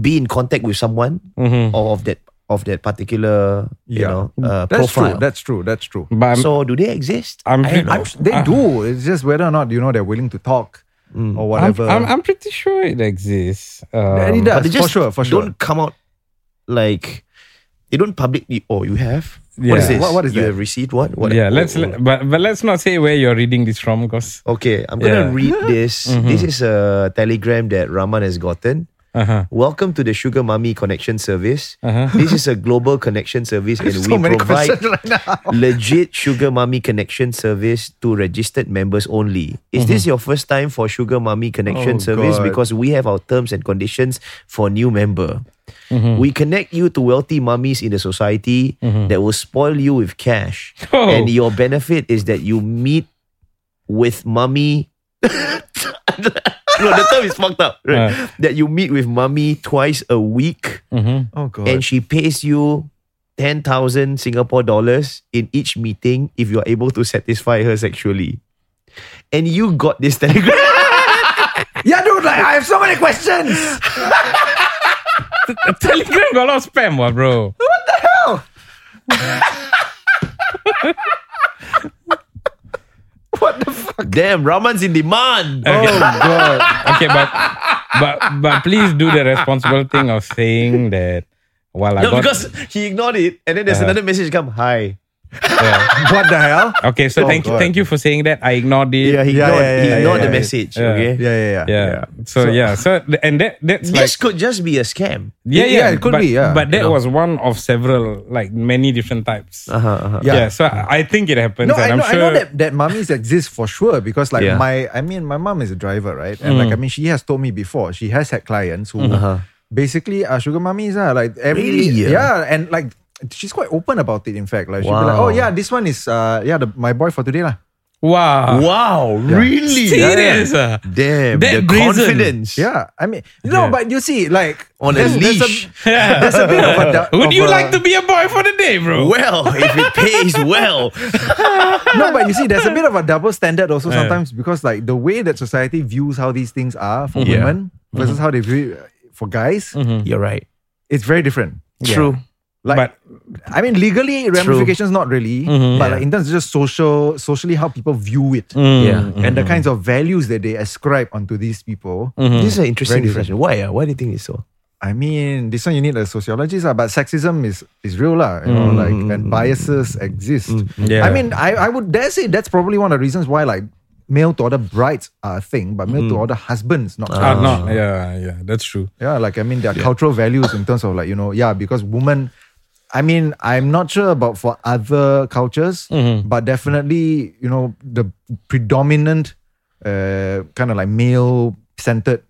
[SPEAKER 7] be in contact with someone or of that of that particular you
[SPEAKER 3] Yeah.
[SPEAKER 7] know uh,
[SPEAKER 3] that's
[SPEAKER 7] profile.
[SPEAKER 3] true. That's true. That's true.
[SPEAKER 2] But I'm,
[SPEAKER 7] so do they exist?
[SPEAKER 2] I'm,
[SPEAKER 3] I, am they
[SPEAKER 2] Ah.
[SPEAKER 3] do. It's just whether or not you know they're willing to talk or
[SPEAKER 2] Hmm. I'm,
[SPEAKER 3] whatever.
[SPEAKER 2] I'm, I'm pretty sure it exists.
[SPEAKER 3] And it
[SPEAKER 2] Um,
[SPEAKER 3] does,
[SPEAKER 7] But they
[SPEAKER 3] for
[SPEAKER 7] just
[SPEAKER 3] sure, for sure.
[SPEAKER 7] don't come out like they don't publicly. Oh, you have what
[SPEAKER 2] Yeah.
[SPEAKER 7] is this?
[SPEAKER 3] What- what is
[SPEAKER 7] you
[SPEAKER 3] that?
[SPEAKER 7] have received? What? what
[SPEAKER 2] yeah,
[SPEAKER 7] oh,
[SPEAKER 2] let's
[SPEAKER 7] oh.
[SPEAKER 2] let- but but let's not say where you're reading this from because
[SPEAKER 7] Okay, I'm gonna
[SPEAKER 2] Yeah.
[SPEAKER 7] read this.
[SPEAKER 3] Mm-hmm.
[SPEAKER 7] This is a telegram that Raman has gotten.
[SPEAKER 2] uh-huh. *laughs*
[SPEAKER 7] Welcome to the Sugar Mummy Connection Service. *laughs* This is a global connection
[SPEAKER 3] *laughs*
[SPEAKER 7] service, and
[SPEAKER 3] Uh-huh. so
[SPEAKER 7] we
[SPEAKER 3] many
[SPEAKER 7] provide
[SPEAKER 3] questions right now. *laughs*
[SPEAKER 7] legit Sugar Mummy Connection Service to registered members only. Is this your first time for Sugar Mummy Connection
[SPEAKER 3] Mm-hmm. Oh,
[SPEAKER 7] Service?
[SPEAKER 3] God.
[SPEAKER 7] Because we have our terms and conditions for new member.
[SPEAKER 2] Hmm.
[SPEAKER 7] We connect you to wealthy mummies in the society that will spoil you with cash.
[SPEAKER 2] Mm-hmm. Oh.
[SPEAKER 7] And your benefit is that you meet with mummy. *laughs* no, the term is fucked up. Right?
[SPEAKER 2] Uh.
[SPEAKER 7] That you meet with mummy twice a week
[SPEAKER 3] Oh god.
[SPEAKER 2] Mm-hmm.
[SPEAKER 7] and she pays you 10,000 Singapore dollars in each meeting if you're able to satisfy her sexually. And you got this *laughs* telegram.
[SPEAKER 3] yeah, dude. Like I have so many
[SPEAKER 2] *laughs*
[SPEAKER 3] questions.
[SPEAKER 2] Telegram got a lot of spam,
[SPEAKER 3] Oh,
[SPEAKER 2] what, bro?
[SPEAKER 7] Damn, Raman's in demand.
[SPEAKER 2] *laughs* Okay. Oh god. okay, but but but please do the responsible thing of saying that while I
[SPEAKER 7] No,
[SPEAKER 2] got Uh-huh.
[SPEAKER 7] because he ignored it, and then there's another message come. Hi.
[SPEAKER 2] Yeah.
[SPEAKER 3] What the *laughs* hell?
[SPEAKER 2] okay.
[SPEAKER 7] Oh,
[SPEAKER 2] So thank you,
[SPEAKER 7] God.
[SPEAKER 2] thank you for saying that. I ignored it.
[SPEAKER 7] Yeah, he
[SPEAKER 3] Yeah,
[SPEAKER 7] ignored,
[SPEAKER 3] yeah, yeah,
[SPEAKER 7] he
[SPEAKER 3] yeah,
[SPEAKER 7] ignored
[SPEAKER 3] yeah,
[SPEAKER 7] the
[SPEAKER 3] yeah.
[SPEAKER 7] message.
[SPEAKER 2] Yeah.
[SPEAKER 7] Okay.
[SPEAKER 3] Yeah, yeah, yeah.
[SPEAKER 2] yeah. So, yeah. So th- and that that's like
[SPEAKER 7] This could just be a scam.
[SPEAKER 2] yeah,
[SPEAKER 3] Yeah, it could
[SPEAKER 2] but,
[SPEAKER 3] be, yeah.
[SPEAKER 2] But that
[SPEAKER 3] You know.
[SPEAKER 2] was one of several, like many different types.
[SPEAKER 7] Uh-huh, uh-huh.
[SPEAKER 3] Yeah.
[SPEAKER 2] Yeah. so I I think it
[SPEAKER 3] No,
[SPEAKER 2] happens, and
[SPEAKER 3] I
[SPEAKER 2] am
[SPEAKER 3] know,
[SPEAKER 2] sure.
[SPEAKER 3] I know that, that mummies exist for sure because like
[SPEAKER 7] Yeah. Mm.
[SPEAKER 3] my I mean my mom is a driver, right? And like I mean she has told me before, she has had clients who basically are sugar mummies, ah, like every
[SPEAKER 7] Uh-huh. Really, yeah?
[SPEAKER 3] yeah, and like she's quite open about it in fact. Like she'll be like,
[SPEAKER 7] Wow.
[SPEAKER 3] Oh yeah, this one is uh yeah, the, my boy for today lah.
[SPEAKER 2] Wow.
[SPEAKER 7] Wow, really?
[SPEAKER 2] Serious. ah.
[SPEAKER 7] Damn,
[SPEAKER 2] That
[SPEAKER 7] the
[SPEAKER 2] brazen.
[SPEAKER 7] confidence.
[SPEAKER 3] Yeah. I mean no,
[SPEAKER 2] Yeah.
[SPEAKER 3] but you see, like
[SPEAKER 7] On a
[SPEAKER 3] there's- there's
[SPEAKER 7] leash.
[SPEAKER 3] *laughs* There's a bit
[SPEAKER 7] *laughs*
[SPEAKER 3] of a da-
[SPEAKER 2] Would
[SPEAKER 3] of
[SPEAKER 2] you
[SPEAKER 3] a-
[SPEAKER 2] like to be a boy for the day, bro?
[SPEAKER 7] Well, if it
[SPEAKER 3] *laughs*
[SPEAKER 7] pays well.
[SPEAKER 3] no, but you see, there's a bit of a double standard also sometimes because like the way that society views how these things are for
[SPEAKER 7] Yeah. Mm-hmm.
[SPEAKER 3] women versus how they view it uh, for guys,
[SPEAKER 7] You're right.
[SPEAKER 3] it's very different.
[SPEAKER 7] True.
[SPEAKER 3] Like,
[SPEAKER 2] But
[SPEAKER 3] I mean, legally ramifications not really,
[SPEAKER 7] Mm-hmm.
[SPEAKER 3] but like in terms of just social, socially how people view it,
[SPEAKER 7] Yeah.
[SPEAKER 3] and the kinds of values that they ascribe onto these people.
[SPEAKER 7] This is an interesting
[SPEAKER 3] mm. Very
[SPEAKER 7] discussion. Why? ah? Why do you think it's so?
[SPEAKER 3] I mean, this one you need a sociologist, ah, but sexism is is real, lah. You know, like and biases exist.
[SPEAKER 2] Yeah.
[SPEAKER 3] I mean, I, I would dare say that's probably one of the reasons why like male to order brides are a thing, but male to order husbands not.
[SPEAKER 2] Ah, no, yeah, yeah, that's true.
[SPEAKER 3] Yeah, like I mean, there are cultural values in terms of like you know, yeah, because women. I mean, I'm not sure about for other cultures, but definitely you know the predominant uh, kind of like male centered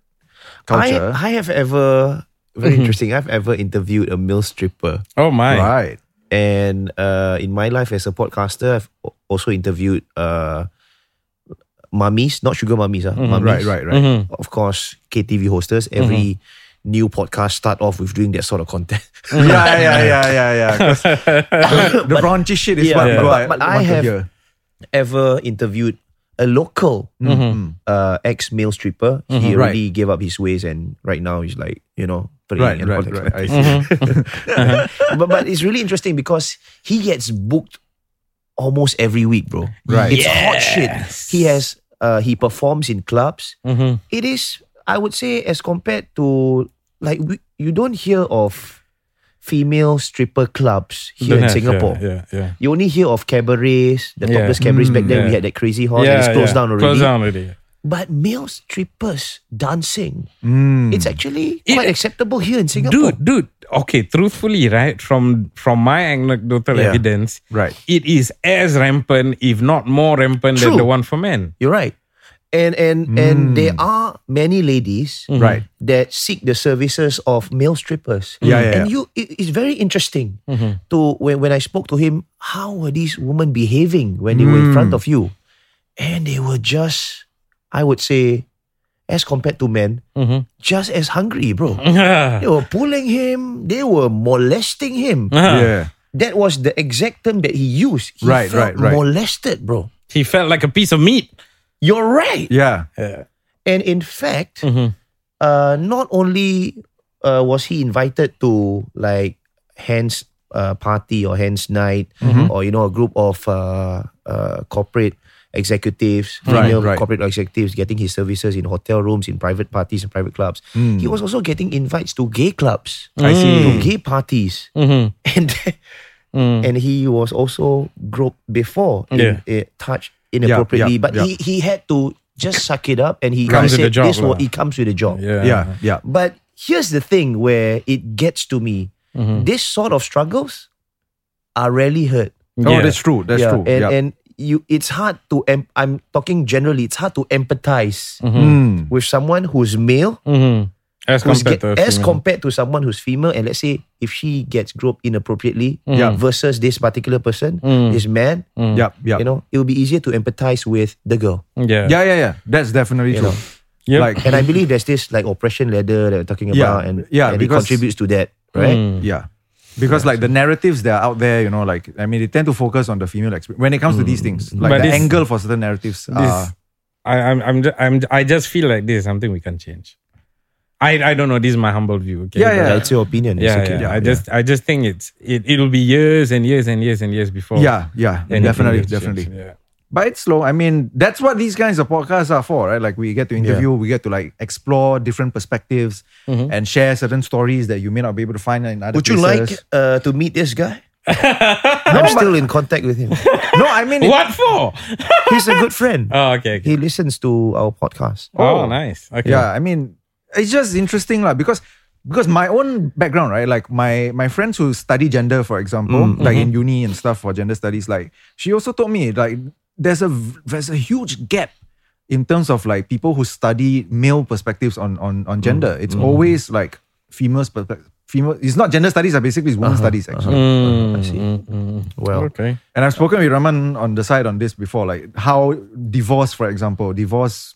[SPEAKER 3] culture, Mm-hmm.
[SPEAKER 7] I, I have ever very interesting. I've ever interviewed a male stripper,
[SPEAKER 2] Oh my.
[SPEAKER 3] right?
[SPEAKER 7] and uh, in my life as a podcaster, I've al- also interviewed uh, mummies, not sugar mummies, ah,
[SPEAKER 3] Mm-hmm. Right,
[SPEAKER 7] mummies.
[SPEAKER 3] right, right.
[SPEAKER 7] Of course, KTV hosters. Every new podcast start off with doing that sort of content.
[SPEAKER 3] yeah, yeah, yeah, yeah, yeah. 'Cause the raunchy shit is
[SPEAKER 7] Yeah,
[SPEAKER 3] what
[SPEAKER 7] yeah.
[SPEAKER 3] people
[SPEAKER 7] but- but I
[SPEAKER 3] want
[SPEAKER 7] have-
[SPEAKER 3] to hear.
[SPEAKER 7] *laughs* ever interviewed a local uh, ex male stripper. He
[SPEAKER 3] Right.
[SPEAKER 7] already gave up his ways, and right now he's like you know playing
[SPEAKER 3] Right,
[SPEAKER 7] and all
[SPEAKER 3] right,
[SPEAKER 7] that
[SPEAKER 3] right.
[SPEAKER 7] *laughs* kind
[SPEAKER 3] I
[SPEAKER 7] of
[SPEAKER 3] see.
[SPEAKER 7] thing. but but it's really interesting because he gets booked almost every week, bro.
[SPEAKER 3] Right.
[SPEAKER 7] it's hot shit. He has uh, he performs in clubs.
[SPEAKER 2] Mm-hmm.
[SPEAKER 7] It is I would say as compared to like we, you don't hear of female stripper clubs here in
[SPEAKER 2] Don't have, yeah,
[SPEAKER 7] Singapore.
[SPEAKER 2] Yeah, yeah.
[SPEAKER 7] You only hear of cabarets, the
[SPEAKER 2] Yeah. Mm,
[SPEAKER 7] topless cabarets back then.
[SPEAKER 2] yeah.
[SPEAKER 7] We had that crazy horse, and it's closed down already.
[SPEAKER 2] Closed down already.
[SPEAKER 7] But male strippers dancing, it's actually quite acceptable here in Singapore.
[SPEAKER 2] Mm. Dude, dude. Okay, truthfully, right? From from my anecdotal
[SPEAKER 7] Yeah.
[SPEAKER 2] evidence,
[SPEAKER 3] Right.
[SPEAKER 2] It is as rampant, if not more rampant,
[SPEAKER 7] True.
[SPEAKER 2] than the one for men.
[SPEAKER 7] You're right. And and
[SPEAKER 3] Hmm.
[SPEAKER 7] and there are many ladies
[SPEAKER 3] Right.
[SPEAKER 7] that seek the services of male strippers.
[SPEAKER 3] Yeah, yeah,
[SPEAKER 7] And
[SPEAKER 3] yeah.
[SPEAKER 7] you
[SPEAKER 3] Mm-hmm.
[SPEAKER 7] it- it's very interesting to when, when I spoke to him, how were these women behaving when they were in front
[SPEAKER 3] Hmm.
[SPEAKER 7] of you? And they were just, I would say, as compared to men,
[SPEAKER 3] Mm-hmm.
[SPEAKER 7] just as hungry,
[SPEAKER 3] *laughs*
[SPEAKER 7] bro. They were pulling him, they were molesting him.
[SPEAKER 3] Yeah.
[SPEAKER 7] That was the exact term that he used. He
[SPEAKER 3] Right,
[SPEAKER 7] felt
[SPEAKER 3] right, right.
[SPEAKER 7] molested, bro.
[SPEAKER 2] He felt like a piece of meat.
[SPEAKER 7] You're right.
[SPEAKER 3] Yeah.
[SPEAKER 7] And in fact,
[SPEAKER 3] Mm-hmm.
[SPEAKER 7] uh, not only uh, was he invited to like hands uh, party or hands night
[SPEAKER 3] Mm-hmm.
[SPEAKER 7] or you know a group of uh, uh, corporate executives,
[SPEAKER 3] Right,
[SPEAKER 7] female
[SPEAKER 3] right.
[SPEAKER 7] corporate executives getting his services in hotel rooms, in private parties, and private clubs.
[SPEAKER 3] Hmm.
[SPEAKER 7] He was also getting invites to gay clubs, I see, to gay parties,
[SPEAKER 3] Mm-hmm.
[SPEAKER 7] *laughs* and
[SPEAKER 3] Mm.
[SPEAKER 7] and he was also groped before,
[SPEAKER 2] Yeah.
[SPEAKER 7] in, eh, touched inappropriately,
[SPEAKER 3] yeah,
[SPEAKER 7] but
[SPEAKER 3] yeah.
[SPEAKER 7] he he had to just suck it up and he
[SPEAKER 2] Comes
[SPEAKER 7] he
[SPEAKER 2] with the
[SPEAKER 7] said
[SPEAKER 2] job
[SPEAKER 7] this wa-
[SPEAKER 2] lah.
[SPEAKER 7] it comes with a job.
[SPEAKER 2] Yeah.
[SPEAKER 3] Yeah. Yeah.
[SPEAKER 7] But here's the thing where it gets to me.
[SPEAKER 2] Mm-hmm.
[SPEAKER 7] This sort of struggles are rarely heard.
[SPEAKER 3] Oh,
[SPEAKER 2] Yeah.
[SPEAKER 3] that's true. That's
[SPEAKER 7] Yeah,
[SPEAKER 3] true.
[SPEAKER 7] And
[SPEAKER 3] yeah.
[SPEAKER 7] and you it's hard to em- I'm talking generally, it's hard to empathize
[SPEAKER 2] Mm-hmm.
[SPEAKER 3] Mm.
[SPEAKER 7] with someone who's male
[SPEAKER 2] As
[SPEAKER 7] who's Mm-hmm.
[SPEAKER 2] compared
[SPEAKER 7] get-
[SPEAKER 2] to a
[SPEAKER 7] as
[SPEAKER 2] female.
[SPEAKER 7] compared to someone who's female and let's say if she gets groped inappropriately
[SPEAKER 2] Mm-hmm.
[SPEAKER 3] Yeah.
[SPEAKER 7] versus this particular person,
[SPEAKER 2] Mm.
[SPEAKER 7] this man,
[SPEAKER 3] Yep, yep.
[SPEAKER 7] you know, it will be easier to empathize with the girl.
[SPEAKER 2] yeah.
[SPEAKER 3] yeah, yeah, yeah. That's definitely true.
[SPEAKER 2] Yep.
[SPEAKER 3] Like,
[SPEAKER 7] And I believe there's this like oppression ladder that we're talking
[SPEAKER 3] Mm-hmm. Yeah,
[SPEAKER 7] about, and
[SPEAKER 3] yeah,
[SPEAKER 7] and it
[SPEAKER 3] because- Mm.
[SPEAKER 7] contributes to that, right?
[SPEAKER 3] yeah. Because like the narratives that are out there, you know, like I mean, they tend to focus on the female experience when it comes to these things. Like
[SPEAKER 2] But
[SPEAKER 3] the
[SPEAKER 2] this-
[SPEAKER 3] angle for certain narratives. uh,
[SPEAKER 2] this
[SPEAKER 3] Are,
[SPEAKER 2] I, I'm I'm ju- I'm I just feel like this is something we can change. I I don't know. This is my humble view. Okay.
[SPEAKER 3] Yeah,
[SPEAKER 7] Yeah,
[SPEAKER 3] yeah.
[SPEAKER 7] it's your opinion.
[SPEAKER 2] Yeah,
[SPEAKER 7] it's okay.
[SPEAKER 2] yeah.
[SPEAKER 3] Yeah,
[SPEAKER 2] I just I just think it's it it'll be years and years and years and years before.
[SPEAKER 3] yeah, yeah,
[SPEAKER 2] anything
[SPEAKER 3] definitely,
[SPEAKER 2] gets
[SPEAKER 3] definitely.
[SPEAKER 2] changed. Yeah.
[SPEAKER 3] But it's slow. I mean, that's what these kinds of podcasts are for, right? Like we get to interview, we get to like explore different perspectives and share certain stories that you may not be able to find in
[SPEAKER 7] Mm-hmm.
[SPEAKER 3] other
[SPEAKER 7] Would you like
[SPEAKER 3] places.
[SPEAKER 7] uh, to meet this
[SPEAKER 3] *laughs*
[SPEAKER 7] guy? I'm still in contact with him.
[SPEAKER 3] No, I mean it-
[SPEAKER 2] What for?
[SPEAKER 7] He's a good friend.
[SPEAKER 2] Oh, okay. okay.
[SPEAKER 7] He listens to our podcast.
[SPEAKER 2] Oh, nice. Okay.
[SPEAKER 3] Yeah, I mean, it's just interesting lah because because my own background, right? Like my my friends who study gender, for example, like in uni and stuff for gender studies, like she also told me like there's a v- there's a huge gap in terms of like people who study male perspectives on on on gender. It's always like females perspective. Female, it's not gender studies, are basically it's women studies actually.
[SPEAKER 7] I see.
[SPEAKER 3] Mm,
[SPEAKER 7] Well,
[SPEAKER 2] Okay.
[SPEAKER 3] And I've spoken with Raman on the side on this before, like how divorce, for example, divorce,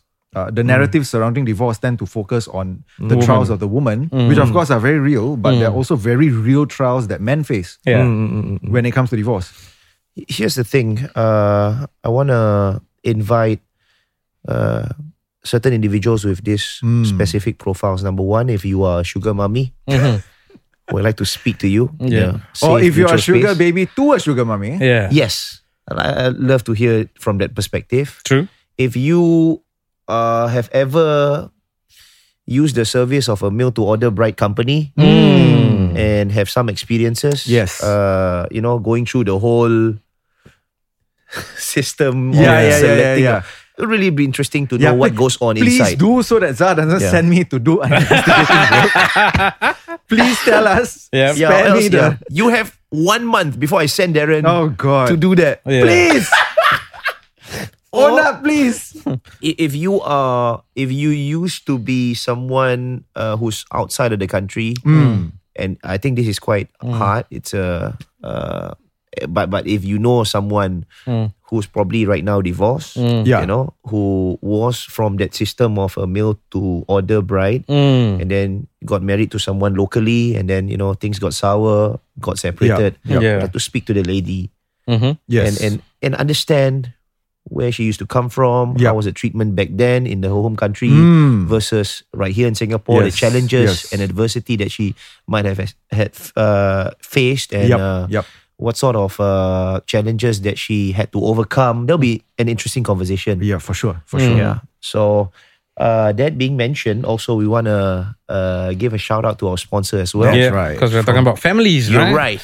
[SPEAKER 7] Mm.
[SPEAKER 3] uh, the narratives surrounding divorce tend to focus on the trials of the woman,
[SPEAKER 7] Mm.
[SPEAKER 3] which of course are very real, but they're also very real trials that men face
[SPEAKER 2] Yeah.
[SPEAKER 3] Mm. when it comes to divorce.
[SPEAKER 7] here's the thing. Uh, I want to invite uh, certain individuals with this
[SPEAKER 3] Hmm.
[SPEAKER 7] specific profiles. Number one, if you are a sugar mommy, *laughs* we'd like to speak to you.
[SPEAKER 2] Yeah.
[SPEAKER 3] or
[SPEAKER 7] Save
[SPEAKER 3] if you're a
[SPEAKER 7] mutual
[SPEAKER 3] sugar
[SPEAKER 7] space.
[SPEAKER 3] baby to a sugar mommy,
[SPEAKER 2] Yeah.
[SPEAKER 7] Yes. And I, I'd love to hear from that perspective.
[SPEAKER 2] True.
[SPEAKER 7] If you uh, have ever used the service of a meal to order bride company and have some experiences,
[SPEAKER 3] Mm. Yes.
[SPEAKER 7] uh, you know, going through the whole *laughs* system,
[SPEAKER 3] Yeah,
[SPEAKER 7] of
[SPEAKER 3] yeah, yeah,
[SPEAKER 7] selecting,
[SPEAKER 3] yeah, yeah.
[SPEAKER 7] it'll really be interesting to
[SPEAKER 3] Yeah,
[SPEAKER 7] know what
[SPEAKER 3] please-
[SPEAKER 7] goes on
[SPEAKER 3] please
[SPEAKER 7] inside.
[SPEAKER 3] do so that Zah doesn't
[SPEAKER 7] Yeah.
[SPEAKER 3] send me to do an investigation
[SPEAKER 7] *laughs*
[SPEAKER 3] work. please tell us.
[SPEAKER 2] Yeah.
[SPEAKER 7] Yeah, or
[SPEAKER 3] Spare me
[SPEAKER 7] else, yeah.
[SPEAKER 3] the-
[SPEAKER 7] You have one month before I send Darren
[SPEAKER 3] Oh God.
[SPEAKER 7] to do that.
[SPEAKER 2] Yeah.
[SPEAKER 3] please.
[SPEAKER 7] Or-
[SPEAKER 3] Own up, please.
[SPEAKER 7] i- if you are if you used to be someone uh, who's outside of the country and i think this is quite hard it's a uh, but but if you know someone who's probably right now divorced you
[SPEAKER 3] Yeah.
[SPEAKER 7] know who was from that system of a male to order bride
[SPEAKER 2] Mm.
[SPEAKER 7] and then got married to someone locally and then you know things got sour got separated
[SPEAKER 3] Yeah.
[SPEAKER 2] Yeah.
[SPEAKER 7] I'd like to speak to the lady
[SPEAKER 2] Mm-hmm.
[SPEAKER 3] Yes.
[SPEAKER 7] and, and and understand where she used to come from, how
[SPEAKER 3] Yeah.
[SPEAKER 7] was the treatment back then in the home country
[SPEAKER 3] Mm.
[SPEAKER 7] versus right here in Singapore, the
[SPEAKER 3] Yes,
[SPEAKER 7] challenges
[SPEAKER 3] yes.
[SPEAKER 7] and adversity that she might have has- had uh, faced, and
[SPEAKER 3] Yep,
[SPEAKER 7] uh,
[SPEAKER 3] yep.
[SPEAKER 7] what sort of uh, challenges that she had to overcome. There'll be an interesting conversation.
[SPEAKER 3] Yeah, for sure, for sure.
[SPEAKER 7] Yeah. So. Uh, that being mentioned, also we want to uh, give a shout out to our sponsor as well.
[SPEAKER 2] yeah.
[SPEAKER 3] right.
[SPEAKER 2] Because we're talking about families,
[SPEAKER 7] You're
[SPEAKER 2] right?
[SPEAKER 7] right.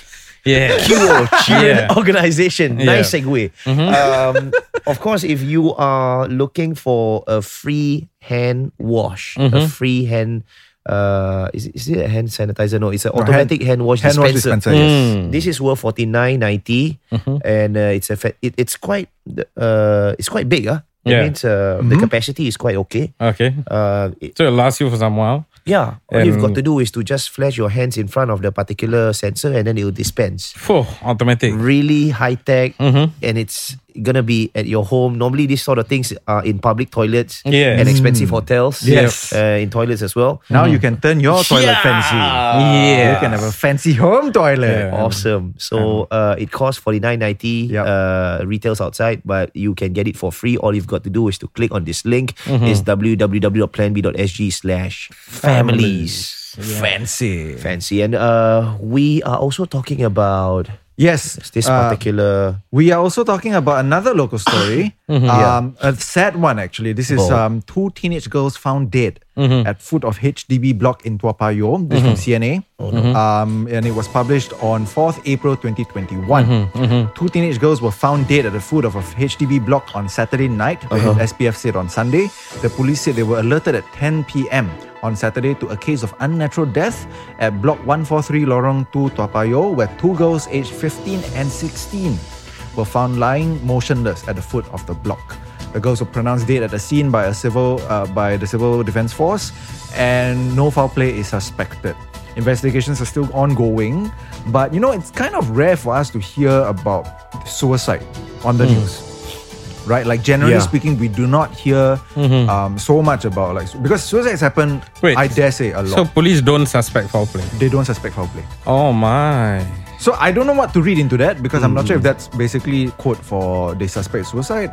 [SPEAKER 2] Yeah.
[SPEAKER 7] Pure cheer
[SPEAKER 2] Yeah.
[SPEAKER 7] organization.
[SPEAKER 2] Yeah.
[SPEAKER 7] Nice segue. Um, of course, if you are looking for a free hand wash, a free hand, uh, is, it- is it a hand sanitizer? No, it's an automatic hand, wash
[SPEAKER 3] Hand wash
[SPEAKER 7] dispenser. Mm.
[SPEAKER 3] dispenser,
[SPEAKER 2] Mm.
[SPEAKER 3] yes.
[SPEAKER 7] This is worth forty nine ninety, and uh, it's a fa- it, it's quite uh, it's quite big. Huh? That
[SPEAKER 2] Yeah.
[SPEAKER 7] means uh, the capacity is quite okay.
[SPEAKER 2] *laughs* Okay.
[SPEAKER 7] Uh, it-
[SPEAKER 2] So it lasts you for some while.
[SPEAKER 7] yeah, all you've got to
[SPEAKER 2] And-
[SPEAKER 7] do is to just flash your hands in front of the particular sensor, and then it will dispense
[SPEAKER 2] Phew, automatic.
[SPEAKER 7] really high tech and it's gonna be at your home. Normally, these sort of things are in public toilets
[SPEAKER 2] Yes.
[SPEAKER 7] and expensive hotels.
[SPEAKER 2] Yes.
[SPEAKER 7] Uh, in toilets as well.
[SPEAKER 3] Now you can turn your toilet fancy.
[SPEAKER 2] Yeah.
[SPEAKER 3] You can have a fancy home toilet.
[SPEAKER 2] Yeah. Oh,
[SPEAKER 7] Awesome. So uh, it costs forty nine ninety.
[SPEAKER 3] Yup.
[SPEAKER 7] Uh, retails outside, but you can get it for free. All you've got to do is to click on this link. It's www.planb.sg/slash families.
[SPEAKER 3] Fancy.
[SPEAKER 7] Fancy. And uh, we are also talking about
[SPEAKER 3] Yes.
[SPEAKER 7] this
[SPEAKER 3] uh,
[SPEAKER 7] particular.
[SPEAKER 3] we are also talking about another local story. um, A sad one, actually. This is
[SPEAKER 7] Oh.
[SPEAKER 3] um, two teenage girls found dead at foot of HDB block in Tua Payoh. This from CNA. um, and it was published on 4th April 2021. Two teenage girls were found dead at the foot of a HDB block on Saturday night, wherein SPF said on Sunday. The police said they were alerted at 10 p.m. on Saturday to a case of unnatural death at block 143 Lorong 2 Toa Payoh, where two girls aged 15 and 16 were found lying motionless at the foot of the block. The girls were pronounced dead at the scene by a civil uh, by the civil defense force, and no foul play is suspected. Investigations are still ongoing, but you know, it's kind of rare for us to hear about suicide on
[SPEAKER 2] Hmm.
[SPEAKER 3] the news. Right? Like generally
[SPEAKER 7] Yeah.
[SPEAKER 3] speaking, we do not hear um, so much about like su- because suicides happen
[SPEAKER 2] Mm-hmm. Wait.
[SPEAKER 3] I dare say a lot.
[SPEAKER 2] So police don't suspect foul play.
[SPEAKER 3] they don't suspect foul play.
[SPEAKER 2] Oh my.
[SPEAKER 3] So I don't know what to read into that because I'm not sure if
[SPEAKER 2] Hmm.
[SPEAKER 3] that's basically code for they suspect suicide.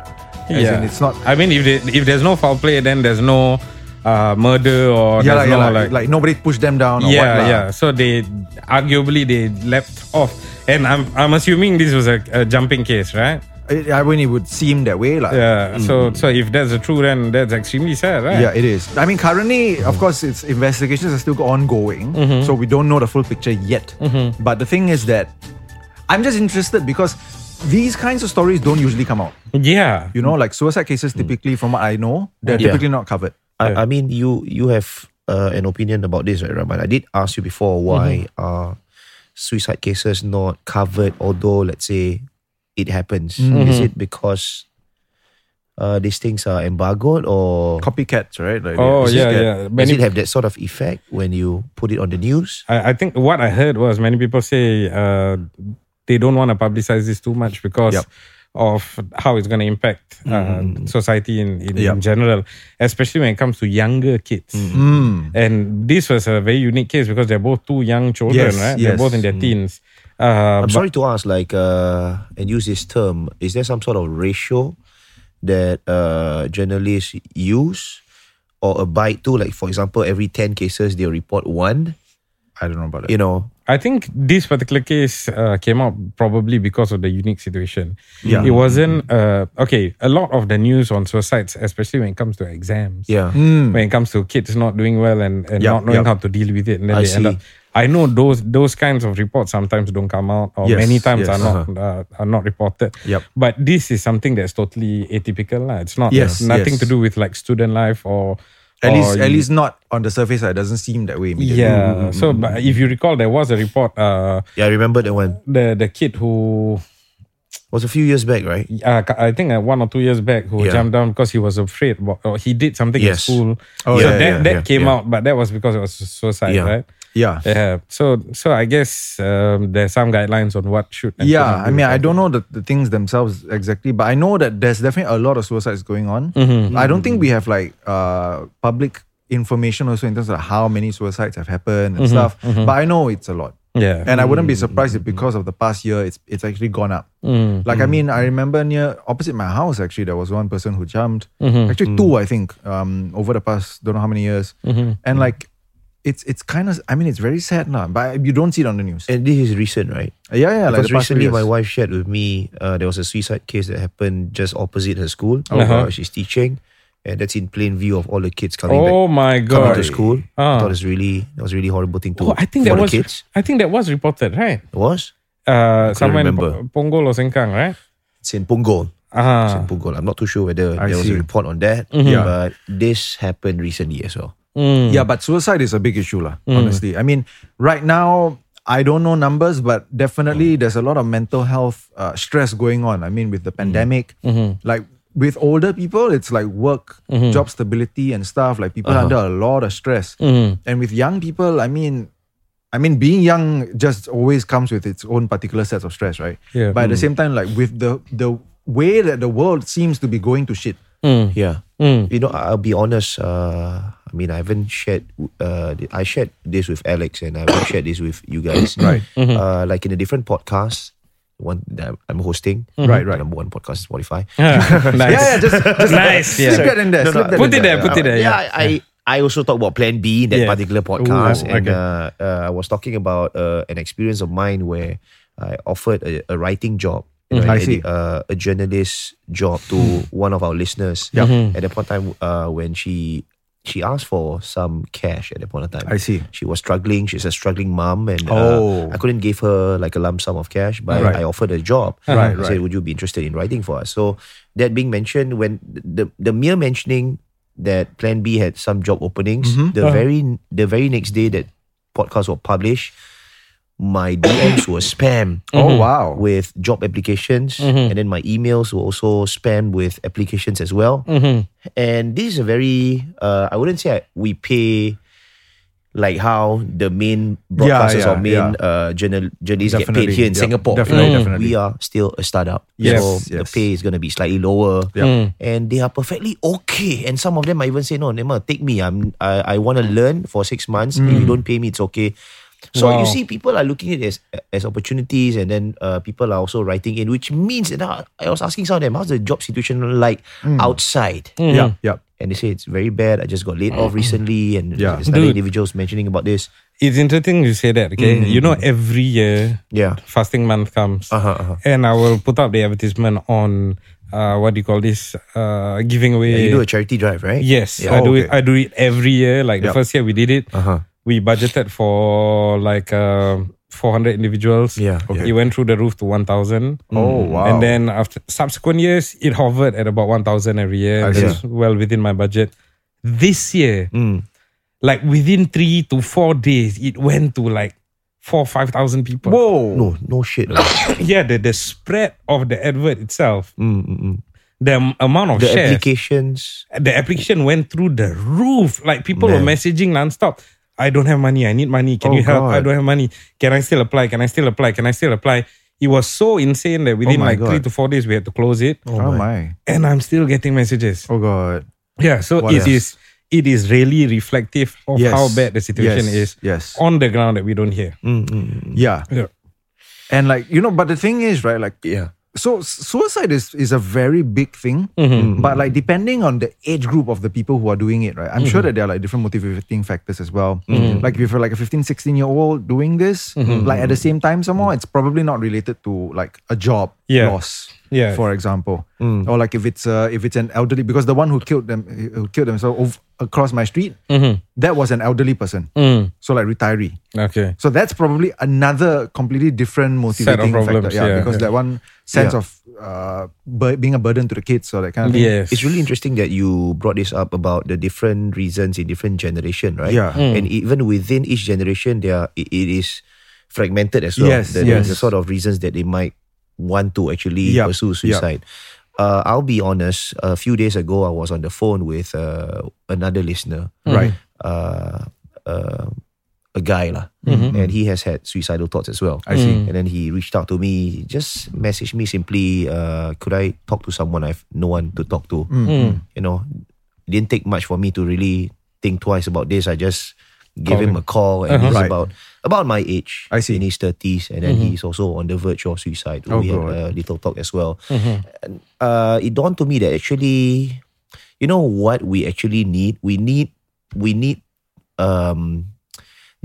[SPEAKER 3] As in it's not
[SPEAKER 2] I mean, if they, if there's no foul play, then there's no uh, murder or
[SPEAKER 3] yeah, lah,
[SPEAKER 2] there's
[SPEAKER 3] yeah,
[SPEAKER 2] no
[SPEAKER 3] lah,
[SPEAKER 2] like,
[SPEAKER 3] like, nobody pushed them down or
[SPEAKER 2] yeah,
[SPEAKER 3] what. lah.
[SPEAKER 2] yeah. So they arguably they leapt off, and I'm I'm assuming this was a, a jumping case, right?
[SPEAKER 3] It, I mean, it would seem that way, like.
[SPEAKER 2] Yeah. So so if that's the true, then that's extremely sad, right?
[SPEAKER 3] Mm. Yeah, it is. I mean, currently, of course, its investigations are still ongoing,
[SPEAKER 2] Mm-hmm.
[SPEAKER 3] so we don't know the full picture yet. But the thing is that I'm just interested because these kinds of stories don't usually come out.
[SPEAKER 2] Yeah.
[SPEAKER 3] You know, like suicide cases,
[SPEAKER 2] Hmm.
[SPEAKER 3] typically, from what I know, they're
[SPEAKER 7] Yeah.
[SPEAKER 3] typically not covered.
[SPEAKER 7] I, I mean, you you have uh, an opinion about this, right, Rahman? I did ask you before why
[SPEAKER 2] Mm-hmm.
[SPEAKER 7] are suicide cases not covered, although let's say it happens.
[SPEAKER 2] Mm-hmm.
[SPEAKER 7] Is it because uh, these things are embargoed, or
[SPEAKER 3] Copycats, right? Like,
[SPEAKER 2] Oh
[SPEAKER 3] it's
[SPEAKER 2] yeah,
[SPEAKER 3] just that-
[SPEAKER 2] yeah.
[SPEAKER 7] does
[SPEAKER 2] Many-
[SPEAKER 7] it have that sort of effect when you put it on the news?
[SPEAKER 2] I, I think what I heard was many people say uh, they don't want to publicize this too much because
[SPEAKER 3] Yep.
[SPEAKER 2] of how it's going to impact uh,
[SPEAKER 3] Mm.
[SPEAKER 2] society in, in,
[SPEAKER 3] Yep.
[SPEAKER 2] in general, especially when it comes to younger kids.
[SPEAKER 3] Mm.
[SPEAKER 2] And this was a very unique case because they're both two young children,
[SPEAKER 3] Yes, yes.
[SPEAKER 2] right?
[SPEAKER 3] Mm.
[SPEAKER 2] They're both in their teens. Uh,
[SPEAKER 7] I'm
[SPEAKER 2] but-
[SPEAKER 7] sorry to ask, like, uh, and use this term. Is there some sort of ratio that uh, journalists use or abide to? Like, for example, every 10 cases, they report one.
[SPEAKER 3] I don't know about that.
[SPEAKER 7] You know,
[SPEAKER 2] I think this particular case uh, came out probably because of the unique situation.
[SPEAKER 3] Yeah.
[SPEAKER 2] It wasn't, uh, okay, a lot of the news on suicides, especially when it comes to exams.
[SPEAKER 7] yeah.
[SPEAKER 2] when it comes to kids not doing well and, and
[SPEAKER 3] Yup,
[SPEAKER 2] not knowing
[SPEAKER 3] yup.
[SPEAKER 2] how to deal with it. And then
[SPEAKER 7] I
[SPEAKER 2] they end
[SPEAKER 7] see.
[SPEAKER 2] up, I know those those kinds of reports sometimes don't come out, or
[SPEAKER 3] Yes,
[SPEAKER 2] many times
[SPEAKER 3] yes, Uh-huh.
[SPEAKER 2] are not uh, are not reported.
[SPEAKER 3] Yup.
[SPEAKER 2] But this is something that's totally atypical. lah. It's not
[SPEAKER 3] Yes,
[SPEAKER 2] nothing
[SPEAKER 3] yes.
[SPEAKER 2] to do with like student life or
[SPEAKER 3] At
[SPEAKER 2] or
[SPEAKER 3] least, at
[SPEAKER 2] you-
[SPEAKER 3] least not on the surface. It doesn't seem that way. immediately.
[SPEAKER 2] Yeah. So but if you recall, there was a report. Uh,
[SPEAKER 7] Yeah, I remember that one.
[SPEAKER 2] the the kid who
[SPEAKER 7] It was a few years back, right?
[SPEAKER 2] uh, I think uh, one or two years back who
[SPEAKER 7] Yeah.
[SPEAKER 2] jumped down because he was afraid about, or he did something in
[SPEAKER 7] Yes.
[SPEAKER 2] school.
[SPEAKER 3] Oh,
[SPEAKER 2] so
[SPEAKER 3] yeah,
[SPEAKER 2] that
[SPEAKER 7] yeah,
[SPEAKER 2] that
[SPEAKER 7] yeah,
[SPEAKER 2] came
[SPEAKER 7] yeah.
[SPEAKER 2] out, but that was because it was suicide,
[SPEAKER 7] Yeah.
[SPEAKER 2] right?
[SPEAKER 3] yeah.
[SPEAKER 2] Yeah. So so I guess um, there's some guidelines on what should. and
[SPEAKER 3] Yeah,
[SPEAKER 2] shouldn't
[SPEAKER 3] I
[SPEAKER 2] be
[SPEAKER 3] mean, I
[SPEAKER 2] reported.
[SPEAKER 3] don't know the, the things themselves exactly, but I know that there's definitely a lot of suicides going on. I don't think we have like uh, public information also in terms of how many suicides have happened and stuff, but I know it's a lot.
[SPEAKER 2] Yeah.
[SPEAKER 3] And I wouldn't be surprised if because of the past year, it's it's actually gone up. Like, I mean, I remember near opposite my house, actually, there was one person who jumped. Actually, two, I think, um, over the past, don't know how many years. And like, it's it's kind of, I mean, it's very sad now, but you don't see it on the news.
[SPEAKER 7] And this is recent, right?
[SPEAKER 3] yeah, yeah.
[SPEAKER 7] Because
[SPEAKER 3] Like the past few
[SPEAKER 7] recently, my
[SPEAKER 3] years.
[SPEAKER 7] wife shared with me uh, there was a suicide case that happened just opposite her school.
[SPEAKER 2] Uh-huh.
[SPEAKER 7] Uh, she's teaching, and that's in plain view of all the kids coming back.
[SPEAKER 2] Oh my
[SPEAKER 7] Coming to
[SPEAKER 2] god.
[SPEAKER 7] school,
[SPEAKER 2] Ah.
[SPEAKER 7] I thought it's really that was a really horrible thing to.
[SPEAKER 2] Oh, I think
[SPEAKER 7] for the
[SPEAKER 2] that was.
[SPEAKER 7] kids.
[SPEAKER 2] I think that was reported, right?
[SPEAKER 7] It was
[SPEAKER 2] Uh, somewhere in
[SPEAKER 7] remember.
[SPEAKER 2] Po- Punggol or Sengkang, right?
[SPEAKER 7] *laughs* it's in Punggol. It's in
[SPEAKER 2] Ah,
[SPEAKER 7] Punggol. I'm not too sure whether
[SPEAKER 3] I
[SPEAKER 7] there was a
[SPEAKER 3] see. Mm-hmm.
[SPEAKER 7] report on that,
[SPEAKER 3] Yeah.
[SPEAKER 7] but this happened recently as well.
[SPEAKER 2] Hmm.
[SPEAKER 3] Yeah, but suicide is a big issue, lah. honestly. I mean, right now, I don't know numbers, but definitely
[SPEAKER 2] Hmm.
[SPEAKER 3] there's a lot of mental health uh, stress going on. I mean, with the
[SPEAKER 2] Hmm.
[SPEAKER 3] pandemic,
[SPEAKER 2] Mm-hmm.
[SPEAKER 3] like with older people, it's like work, job stability, and stuff. Like people are under
[SPEAKER 2] Uh-huh.
[SPEAKER 3] a lot of stress.
[SPEAKER 2] Mm-hmm.
[SPEAKER 3] And with young people, I mean, I mean, being young just always comes with its own particular sets of stress, right?
[SPEAKER 2] Yeah. Mm.
[SPEAKER 3] But at the same time, like with the the way that the world seems to be going to shit,
[SPEAKER 7] Yeah.
[SPEAKER 3] Mm.
[SPEAKER 7] You know, I- I'll be honest. Uh, I mean, I haven't shared. Uh, th- I shared this with Alex, and I haven't shared this with you
[SPEAKER 3] *coughs*
[SPEAKER 7] guys. Right.
[SPEAKER 3] Mm-hmm.
[SPEAKER 7] Uh, like in a different podcast, one that I'm hosting.
[SPEAKER 3] Mm-hmm. Right, right.
[SPEAKER 7] Number one podcast, Spotify. *laughs*
[SPEAKER 2] Ah, *laughs* nice.
[SPEAKER 3] yeah, yeah, just, just
[SPEAKER 2] Nice, yeah.
[SPEAKER 3] slip that in there, slip that in
[SPEAKER 2] Put it there, put it there.
[SPEAKER 7] yeah, I, I also talked about Plan B in that
[SPEAKER 2] Yeah.
[SPEAKER 7] particular podcast,
[SPEAKER 2] Ooh,
[SPEAKER 7] and
[SPEAKER 2] okay.
[SPEAKER 7] uh, uh, I was talking about uh, an experience of mine where I offered a, a writing job. You
[SPEAKER 2] Mm,
[SPEAKER 7] know, a-
[SPEAKER 3] I see.
[SPEAKER 7] Uh, a journalist job to
[SPEAKER 2] Hmm.
[SPEAKER 7] one of our listeners.
[SPEAKER 2] Mm-hmm.
[SPEAKER 7] At that point in time, uh, when she she asked for some cash at that point in time.
[SPEAKER 3] I see.
[SPEAKER 7] She was struggling. She's a struggling mom, and
[SPEAKER 3] Oh.
[SPEAKER 7] uh, I couldn't give her like a lump sum of cash, but
[SPEAKER 3] Right. Uh-huh.
[SPEAKER 7] I offered a job. I
[SPEAKER 3] Right, right.
[SPEAKER 7] said, would you be interested in writing for us? So that being mentioned, when the the mere mentioning that Plan B had some job openings,
[SPEAKER 3] Mm-hmm.
[SPEAKER 7] the
[SPEAKER 3] Uh-huh.
[SPEAKER 7] very the very next day that podcast was published, my DMs were spam
[SPEAKER 3] Oh wow. Mm-hmm.
[SPEAKER 7] with job applications, and then my emails were also spammed with applications as well.
[SPEAKER 3] Mm-hmm.
[SPEAKER 7] And this is a very uh, I wouldn't say I, we pay. Like how the main broadcasters
[SPEAKER 3] yeah,
[SPEAKER 7] or main
[SPEAKER 3] yeah.
[SPEAKER 7] uh, journal, journalists get paid
[SPEAKER 3] Definitely,
[SPEAKER 7] here in
[SPEAKER 3] yeah.
[SPEAKER 7] Singapore.
[SPEAKER 3] Definitely, definitely.
[SPEAKER 7] We are still a startup.
[SPEAKER 3] Yes,
[SPEAKER 7] so the
[SPEAKER 3] yes.
[SPEAKER 7] pay is going to be slightly lower.
[SPEAKER 3] Yeah.
[SPEAKER 7] And they are perfectly okay. And some of them might even say, no, Nema, take me. I'm, I, I want to learn for six months. If you
[SPEAKER 3] Hmm.
[SPEAKER 7] don't pay me, it's okay. So
[SPEAKER 2] Wow.
[SPEAKER 7] you see, people are looking at it as, as opportunities and then uh, people are also writing in, which means, and I, I was asking some of them, how's the job situation like
[SPEAKER 3] Hmm.
[SPEAKER 7] outside?
[SPEAKER 3] Yeah, yeah.
[SPEAKER 7] And they say it's very bad. I just got laid off recently, and
[SPEAKER 3] Yeah.
[SPEAKER 7] there's other
[SPEAKER 2] Mm-hmm. Dude.
[SPEAKER 7] individuals mentioning about this.
[SPEAKER 2] it's interesting you say that. Okay, you know every year,
[SPEAKER 7] Mm-hmm. Yeah.
[SPEAKER 2] fasting month comes,
[SPEAKER 7] Uh-huh, uh-huh.
[SPEAKER 2] and I will put up the advertisement on uh, what do you call this uh, giving away.
[SPEAKER 7] You do a charity drive, right?
[SPEAKER 2] Yes,
[SPEAKER 7] Yeah.
[SPEAKER 2] I
[SPEAKER 7] Oh,
[SPEAKER 2] do
[SPEAKER 7] okay.
[SPEAKER 2] it. I do it every year. Like the
[SPEAKER 7] Yup.
[SPEAKER 2] first year we did it,
[SPEAKER 7] Uh-huh.
[SPEAKER 2] we budgeted for like um 400 individuals.
[SPEAKER 7] Yeah, okay.
[SPEAKER 2] it went through the roof to 1,000.
[SPEAKER 3] Oh, wow.
[SPEAKER 2] Mm. And then after subsequent years, it hovered at about 1,000 every year.
[SPEAKER 3] I
[SPEAKER 2] It was well within my budget. This year,
[SPEAKER 7] Hmm.
[SPEAKER 2] like within three to four days, it went to like four five thousand people.
[SPEAKER 3] Whoa.
[SPEAKER 7] No, no shit.
[SPEAKER 2] *laughs*
[SPEAKER 7] no.
[SPEAKER 2] Yeah, the, the spread of the advert itself,
[SPEAKER 7] Mm, mm, mm.
[SPEAKER 2] the am- amount of
[SPEAKER 7] The
[SPEAKER 2] shares,
[SPEAKER 7] applications.
[SPEAKER 2] the application went through the roof. Like people were
[SPEAKER 7] Man.
[SPEAKER 2] messaging nonstop. I don't have money. I need money. Can
[SPEAKER 7] Oh,
[SPEAKER 2] you help? I
[SPEAKER 7] God.
[SPEAKER 2] don't have money. Can I still apply? Can I still apply? Can I still apply? It was so insane that within
[SPEAKER 3] Oh my
[SPEAKER 2] like three
[SPEAKER 3] God.
[SPEAKER 2] to four days we had to close it,
[SPEAKER 3] Oh my.
[SPEAKER 2] and I'm still getting messages.
[SPEAKER 3] Oh god.
[SPEAKER 2] Yeah, so
[SPEAKER 3] What
[SPEAKER 2] it
[SPEAKER 3] else?
[SPEAKER 2] is it is really reflective of
[SPEAKER 3] Yes.
[SPEAKER 2] how bad the situation
[SPEAKER 3] Yes. Mm.
[SPEAKER 2] is
[SPEAKER 3] Yes.
[SPEAKER 2] on the ground that we don't hear.
[SPEAKER 3] Yeah.
[SPEAKER 2] Yeah.
[SPEAKER 3] And like, you know, but the thing is, right, like
[SPEAKER 7] Yeah.
[SPEAKER 3] so s- suicide is is a very big thing. Mm-hmm. But like depending on the age group of the people who are doing it, right? I'm sure that there are like different motivating factors as well. Mm-hmm. Like if you're like a 15, 16 year old doing this, like at the same time somehow, it's probably not related to like a job
[SPEAKER 2] Yeah.
[SPEAKER 3] loss.
[SPEAKER 2] Yeah.
[SPEAKER 3] For example. Or like if it's uh, if it's an elderly because the one who killed them who killed themselves ov- across my street, that was an elderly person. So like retiree.
[SPEAKER 2] Okay.
[SPEAKER 3] So that's probably another completely different
[SPEAKER 2] Set of
[SPEAKER 3] motivating
[SPEAKER 2] problems,
[SPEAKER 3] factor. Yeah,
[SPEAKER 2] yeah.
[SPEAKER 3] because
[SPEAKER 2] Yeah.
[SPEAKER 3] that one sense
[SPEAKER 7] Yeah.
[SPEAKER 3] of uh, bur- being a burden to the kids or that kind of thing.
[SPEAKER 2] Yes.
[SPEAKER 7] It's really interesting that you brought this up about the different reasons in different generation, right?
[SPEAKER 3] Yeah.
[SPEAKER 7] And
[SPEAKER 2] Mm.
[SPEAKER 7] even within each generation, there are, it, it is fragmented as well.
[SPEAKER 3] Yes,
[SPEAKER 7] the,
[SPEAKER 3] yes.
[SPEAKER 7] the sort of reasons that they might want to actually
[SPEAKER 3] Yup,
[SPEAKER 7] pursue suicide. Uh, I'll be honest. A few days ago, I was on the phone with uh, another listener,
[SPEAKER 3] Right.
[SPEAKER 7] uh, uh, a guy lah, and he has had suicidal thoughts as well.
[SPEAKER 3] Mm-hmm. I see.
[SPEAKER 7] And then he reached out to me, just messaged me simply, uh, could I talk to someone I've no one to talk to?
[SPEAKER 3] Mm.
[SPEAKER 7] You know, it didn't take much for me to really think twice about this. I just gave him a call and he's
[SPEAKER 3] Uh-huh. Right.
[SPEAKER 7] about about my age.
[SPEAKER 3] I see.
[SPEAKER 7] In
[SPEAKER 3] Mm-hmm.
[SPEAKER 7] his thirties, and then he's also on the verge of suicide.
[SPEAKER 3] Oh,
[SPEAKER 7] we
[SPEAKER 3] God. Mm-hmm.
[SPEAKER 7] had a little talk as well. And, uh, it dawned to me that actually, you know what we actually need? We need we need um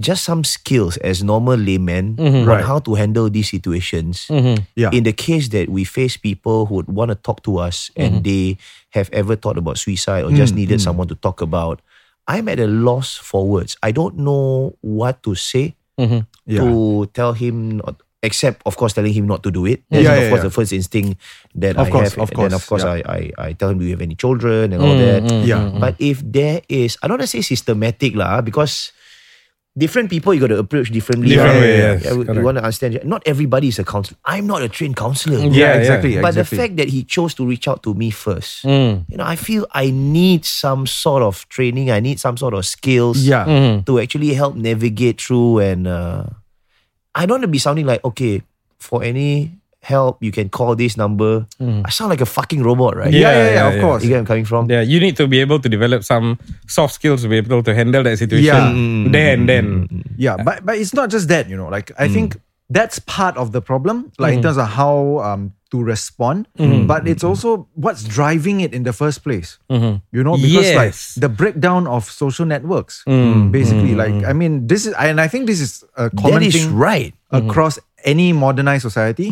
[SPEAKER 7] just some skills as normal laymen on
[SPEAKER 3] Right.
[SPEAKER 7] how to handle these situations.
[SPEAKER 3] Yeah.
[SPEAKER 7] In the case that we face people who would want to talk to us
[SPEAKER 3] Mm-hmm.
[SPEAKER 7] and they have ever thought about suicide or just
[SPEAKER 3] Mm,
[SPEAKER 7] needed someone to talk about, I'm at a loss for words. I don't know what to say
[SPEAKER 3] Mm-hmm. yeah.
[SPEAKER 7] to tell him, not, except of course telling him not to do it. That's
[SPEAKER 3] Yeah, yeah,
[SPEAKER 7] of course
[SPEAKER 3] yeah.
[SPEAKER 7] the first instinct that I
[SPEAKER 3] Of course,
[SPEAKER 7] have.
[SPEAKER 3] of
[SPEAKER 7] And then of
[SPEAKER 3] course,
[SPEAKER 7] course
[SPEAKER 3] yeah. Mm,
[SPEAKER 7] I, I I tell him do you have any children and all that.
[SPEAKER 3] Yeah. Mm.
[SPEAKER 7] But if there is, I don't want to say systematic lah, because different people you got to approach differently.
[SPEAKER 2] Different
[SPEAKER 7] right?
[SPEAKER 2] way, yes,
[SPEAKER 7] Yeah, you
[SPEAKER 2] correct.
[SPEAKER 7] want to understand. Not everybody is a counselor. I'm not a trained counselor.
[SPEAKER 3] Yeah, exactly.
[SPEAKER 7] But the
[SPEAKER 3] exactly. Mm.
[SPEAKER 7] fact that he chose to reach out to me first, you know, I feel I need some sort of training. I need some sort of skills
[SPEAKER 3] Yeah.
[SPEAKER 7] to actually help navigate through. And uh, I don't want to be sounding like, okay, for any help, you can call this number. I sound like a fucking robot, right?
[SPEAKER 3] Mm. Yeah, yeah, yeah,
[SPEAKER 2] Yeah, yeah,
[SPEAKER 3] of
[SPEAKER 2] yeah.
[SPEAKER 3] course.
[SPEAKER 7] You get where I'm coming from?
[SPEAKER 2] Yeah, you need to be able to develop some soft skills to be able to handle that situation
[SPEAKER 3] Yeah.
[SPEAKER 2] there and then.
[SPEAKER 3] Yeah, but but it's not just that, you know. Like I
[SPEAKER 7] Mm.
[SPEAKER 3] think that's part of the problem, like in terms of how um to respond.
[SPEAKER 7] Mm.
[SPEAKER 3] But it's also what's driving it in the first place.
[SPEAKER 7] Mm-hmm.
[SPEAKER 3] You know, because like
[SPEAKER 2] Yes.
[SPEAKER 3] the breakdown of social networks,
[SPEAKER 7] Mm.
[SPEAKER 3] basically. Like I mean, this is and I think this is a common
[SPEAKER 7] Mm-hmm. That is
[SPEAKER 3] thing
[SPEAKER 7] right. Mm-hmm.
[SPEAKER 3] across any modernized society.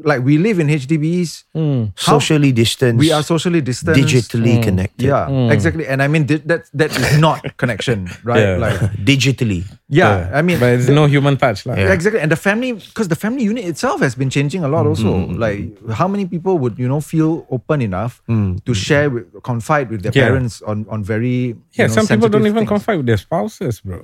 [SPEAKER 3] Like we live in HDBs, How-
[SPEAKER 7] Socially distanced.
[SPEAKER 3] we are socially distanced,
[SPEAKER 7] Mm.
[SPEAKER 3] Mm.
[SPEAKER 7] digitally connected. Mm.
[SPEAKER 3] Yeah, exactly. And I mean di- that that is not connection, right?
[SPEAKER 2] Yeah.
[SPEAKER 3] Like
[SPEAKER 7] Digitally.
[SPEAKER 3] yeah, I mean
[SPEAKER 2] But it's no human touch. lah.
[SPEAKER 7] Yeah.
[SPEAKER 3] Exactly, and the family because the family unit itself has been changing a lot.
[SPEAKER 2] Mm-hmm.
[SPEAKER 3] Also, like how many people would you know feel open enough to share, with, confide with their
[SPEAKER 2] Mm. Mm-hmm. Yeah.
[SPEAKER 3] parents on on very you
[SPEAKER 2] Yeah,
[SPEAKER 3] know,
[SPEAKER 2] some people don't
[SPEAKER 3] sensitive things.
[SPEAKER 2] even
[SPEAKER 3] Mm.
[SPEAKER 2] confide with their spouses, bro.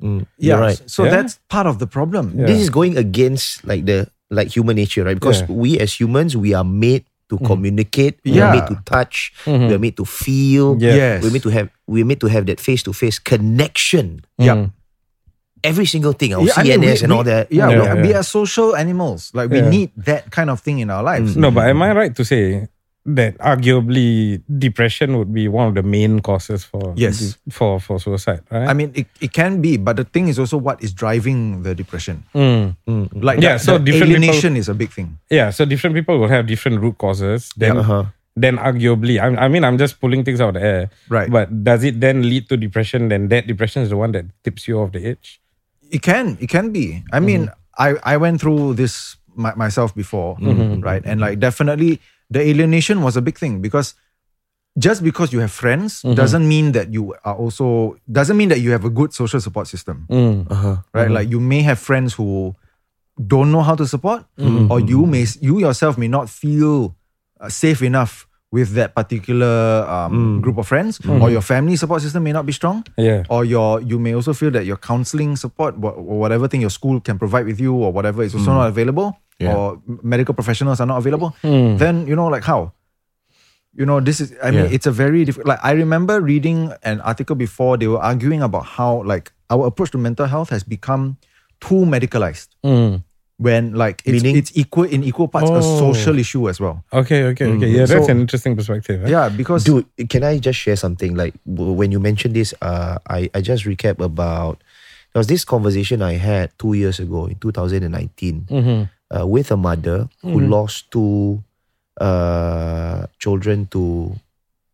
[SPEAKER 3] Yeah,
[SPEAKER 7] You're right.
[SPEAKER 3] so
[SPEAKER 2] Yeah.
[SPEAKER 3] that's part of the problem.
[SPEAKER 2] Yeah.
[SPEAKER 7] This is going against like the like human nature, right? Because
[SPEAKER 2] Yeah.
[SPEAKER 7] we as humans, we are made to communicate. We
[SPEAKER 3] Mm-hmm. Yeah. Mm-hmm.
[SPEAKER 7] are made to touch. We are made to feel.
[SPEAKER 2] Yeah.
[SPEAKER 3] Yes.
[SPEAKER 7] We're made to have we're made to have that face to face connection.
[SPEAKER 3] Yeah.
[SPEAKER 2] Mm.
[SPEAKER 3] Oh,
[SPEAKER 7] Every single thing, our
[SPEAKER 3] Yeah,
[SPEAKER 7] CNS
[SPEAKER 3] I mean, we-
[SPEAKER 7] and
[SPEAKER 3] we-
[SPEAKER 7] all that.
[SPEAKER 3] Yeah,
[SPEAKER 2] Yeah,
[SPEAKER 3] we,
[SPEAKER 2] yeah.
[SPEAKER 3] we are social animals. Like we
[SPEAKER 2] Yeah. Mm.
[SPEAKER 3] need that kind of thing in our lives.
[SPEAKER 2] No, but am I right to say that arguably depression would be one of the main causes for
[SPEAKER 3] Yes.
[SPEAKER 2] for for suicide,
[SPEAKER 3] I
[SPEAKER 2] right?
[SPEAKER 3] mean, it, it can be, but the thing is also what is driving the depression. Like
[SPEAKER 2] Mm.
[SPEAKER 3] that,
[SPEAKER 2] Yeah, so
[SPEAKER 3] that
[SPEAKER 2] different people-
[SPEAKER 3] alienation is a big thing.
[SPEAKER 2] Yeah, so different people will have different root causes. Then,
[SPEAKER 3] uh-huh.
[SPEAKER 2] then arguably, I, I mean, I'm just pulling things out of the air.
[SPEAKER 3] Right.
[SPEAKER 2] But does it then lead to depression? Then that depression is the one that tips you off the edge.
[SPEAKER 3] It can. It can be. I mean, I I went through this my, myself before, right? And like definitely, the alienation was a big thing because just because you have friends doesn't mean that you are also doesn't mean that you have a good social support system, right? Like you may have friends who don't know how to support, or you may you yourself may not feel uh, safe enough with that particular um, group of friends, or your family support system may not be strong,
[SPEAKER 2] Yeah.
[SPEAKER 3] or your you may also feel that your counseling support wha- or whatever thing your school can provide with you or whatever is also not available,
[SPEAKER 7] Yeah.
[SPEAKER 3] or m- medical professionals are not available. Then you know like how. You know, this is, I mean,
[SPEAKER 7] Yeah.
[SPEAKER 3] it's a very difficult. Like, I remember reading an article before they were arguing about how, like, our approach to mental health has become too medicalized when like it's,
[SPEAKER 7] Meaning?
[SPEAKER 3] it's equal in equal parts a
[SPEAKER 2] Oh.
[SPEAKER 3] social issue as well.
[SPEAKER 2] Okay, okay, okay. Yeah, that's
[SPEAKER 3] So-
[SPEAKER 2] an interesting perspective. eh?
[SPEAKER 3] Yeah, because
[SPEAKER 7] Dude, can I just share something? Like w- when you mentioned this, uh, I, I just recap about there was this conversation I had two years ago in 2019 uh, with a mother who lost two uh, children to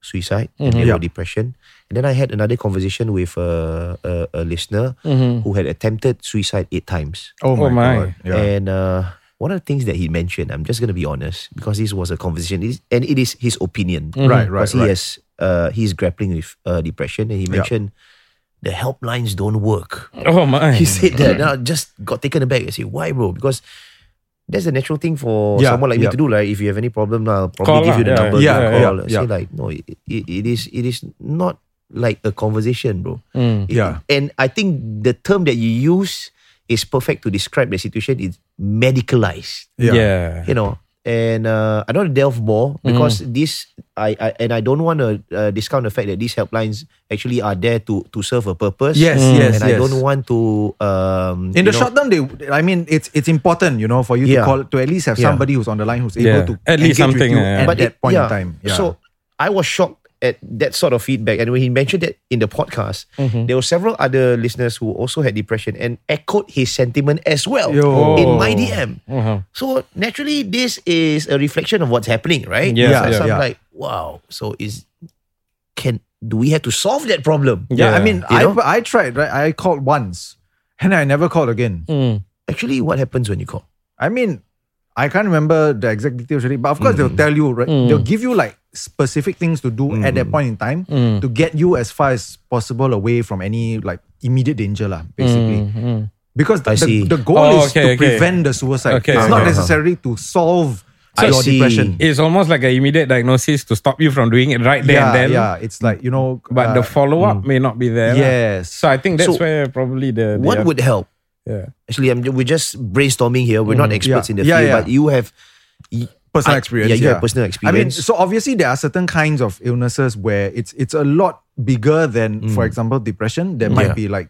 [SPEAKER 7] suicide and they were depression. And then I had another conversation with a, a, a listener who had attempted suicide eight times.
[SPEAKER 3] oh my,
[SPEAKER 2] Oh my.
[SPEAKER 3] god, yeah.
[SPEAKER 7] And uh, one of the things that he mentioned, I'm just going to be honest, because this was a conversation, it is- and it is his opinion.
[SPEAKER 3] Mm-hmm. Right, right,
[SPEAKER 7] Because he
[SPEAKER 3] right.
[SPEAKER 7] has, uh, he's grappling with uh, depression, and he mentioned the helplines don't work.
[SPEAKER 2] Oh my.
[SPEAKER 7] He said that. Now, just got taken aback. I said, why, bro? Because that's the natural thing for
[SPEAKER 3] Yeah,
[SPEAKER 7] someone like
[SPEAKER 3] yeah.
[SPEAKER 7] me to do. Like, if you have any problem, I'll probably
[SPEAKER 2] Call
[SPEAKER 7] give
[SPEAKER 2] lah.
[SPEAKER 7] you the
[SPEAKER 2] Yeah,
[SPEAKER 7] number.
[SPEAKER 3] yeah,
[SPEAKER 7] you
[SPEAKER 3] yeah,
[SPEAKER 7] call. I
[SPEAKER 3] yeah.
[SPEAKER 7] say, like, no, it, it, it is, it is not like a conversation, bro. It-
[SPEAKER 3] Mm, Yeah.
[SPEAKER 7] And I think the term that you use is perfect to describe the situation. It's medicalized,
[SPEAKER 2] yeah.
[SPEAKER 7] you know. And uh, I don't want to delve more because
[SPEAKER 3] Mm.
[SPEAKER 7] this, I, I and I don't want to uh, discount the fact that these helplines actually are there to to serve a purpose.
[SPEAKER 3] Yes, yes,
[SPEAKER 7] And I
[SPEAKER 3] yes.
[SPEAKER 7] don't want to. Um,
[SPEAKER 3] In
[SPEAKER 7] you
[SPEAKER 3] the
[SPEAKER 7] know,
[SPEAKER 3] short term, they I mean it's it's important, you know, for you to
[SPEAKER 7] Yeah.
[SPEAKER 3] call to at least have
[SPEAKER 7] Yeah.
[SPEAKER 3] somebody who's on the line who's
[SPEAKER 2] Yeah.
[SPEAKER 3] able to
[SPEAKER 2] At
[SPEAKER 3] engage with
[SPEAKER 2] least something,
[SPEAKER 3] you
[SPEAKER 2] yeah, yeah.
[SPEAKER 3] at
[SPEAKER 2] But
[SPEAKER 3] that
[SPEAKER 7] it-
[SPEAKER 3] point
[SPEAKER 7] yeah.
[SPEAKER 3] in time. Yeah.
[SPEAKER 7] So I was shocked at that sort of feedback. And when he mentioned it in the podcast,
[SPEAKER 3] Mm-hmm.
[SPEAKER 7] there were several other listeners who also had depression and echoed his sentiment as well
[SPEAKER 3] Yo.
[SPEAKER 7] in my DM.
[SPEAKER 2] Uh-huh.
[SPEAKER 7] So naturally, this is a reflection of what's happening, right? So
[SPEAKER 2] Yeah,
[SPEAKER 3] yeah,
[SPEAKER 7] I'm
[SPEAKER 3] yeah.
[SPEAKER 7] like, wow. So is can do we have to solve that problem?
[SPEAKER 3] yeah, I mean,
[SPEAKER 7] You
[SPEAKER 3] I
[SPEAKER 7] know?
[SPEAKER 3] I tried. Right, I called once, and I never called again.
[SPEAKER 7] Actually, what happens when you call?
[SPEAKER 3] I mean, I can't remember the exact details already, but of course
[SPEAKER 2] Mm.
[SPEAKER 3] they'll tell you, right? They'll give you like specific things to do at
[SPEAKER 2] Mm.
[SPEAKER 3] that point in time to get you as far as possible away from any like immediate danger, lah, basically.
[SPEAKER 2] Mm,
[SPEAKER 3] Because
[SPEAKER 7] I
[SPEAKER 3] the,
[SPEAKER 7] see.
[SPEAKER 3] the, the goal
[SPEAKER 2] Oh,
[SPEAKER 3] is to
[SPEAKER 2] okay, okay.
[SPEAKER 3] prevent the suicide.
[SPEAKER 2] Okay,
[SPEAKER 3] it's
[SPEAKER 2] okay.
[SPEAKER 3] not
[SPEAKER 7] Uh-huh.
[SPEAKER 3] necessarily to solve
[SPEAKER 7] I
[SPEAKER 3] your
[SPEAKER 7] see.
[SPEAKER 3] depression.
[SPEAKER 2] It's almost like an immediate diagnosis to stop you from doing it right there
[SPEAKER 3] yeah,
[SPEAKER 2] and then.
[SPEAKER 3] yeah. It's like, you know.
[SPEAKER 2] But the
[SPEAKER 3] uh,
[SPEAKER 2] follow up may not be there. lah.
[SPEAKER 3] Yes.
[SPEAKER 2] So I think that's
[SPEAKER 7] So,
[SPEAKER 2] where probably the, the
[SPEAKER 7] What would help?
[SPEAKER 2] yeah.
[SPEAKER 7] Actually, I'm, we're just brainstorming here. We're not experts
[SPEAKER 3] Mm, Yeah.
[SPEAKER 7] in the
[SPEAKER 3] Yeah,
[SPEAKER 7] field,
[SPEAKER 3] yeah.
[SPEAKER 7] but you have
[SPEAKER 3] personal
[SPEAKER 7] I-
[SPEAKER 3] experience.
[SPEAKER 7] yeah, you have personal
[SPEAKER 3] I mean,
[SPEAKER 7] experience.
[SPEAKER 3] so obviously there are certain kinds of illnesses where it's it's a lot bigger than, for example, depression. There might
[SPEAKER 7] Mm. Yeah.
[SPEAKER 3] be like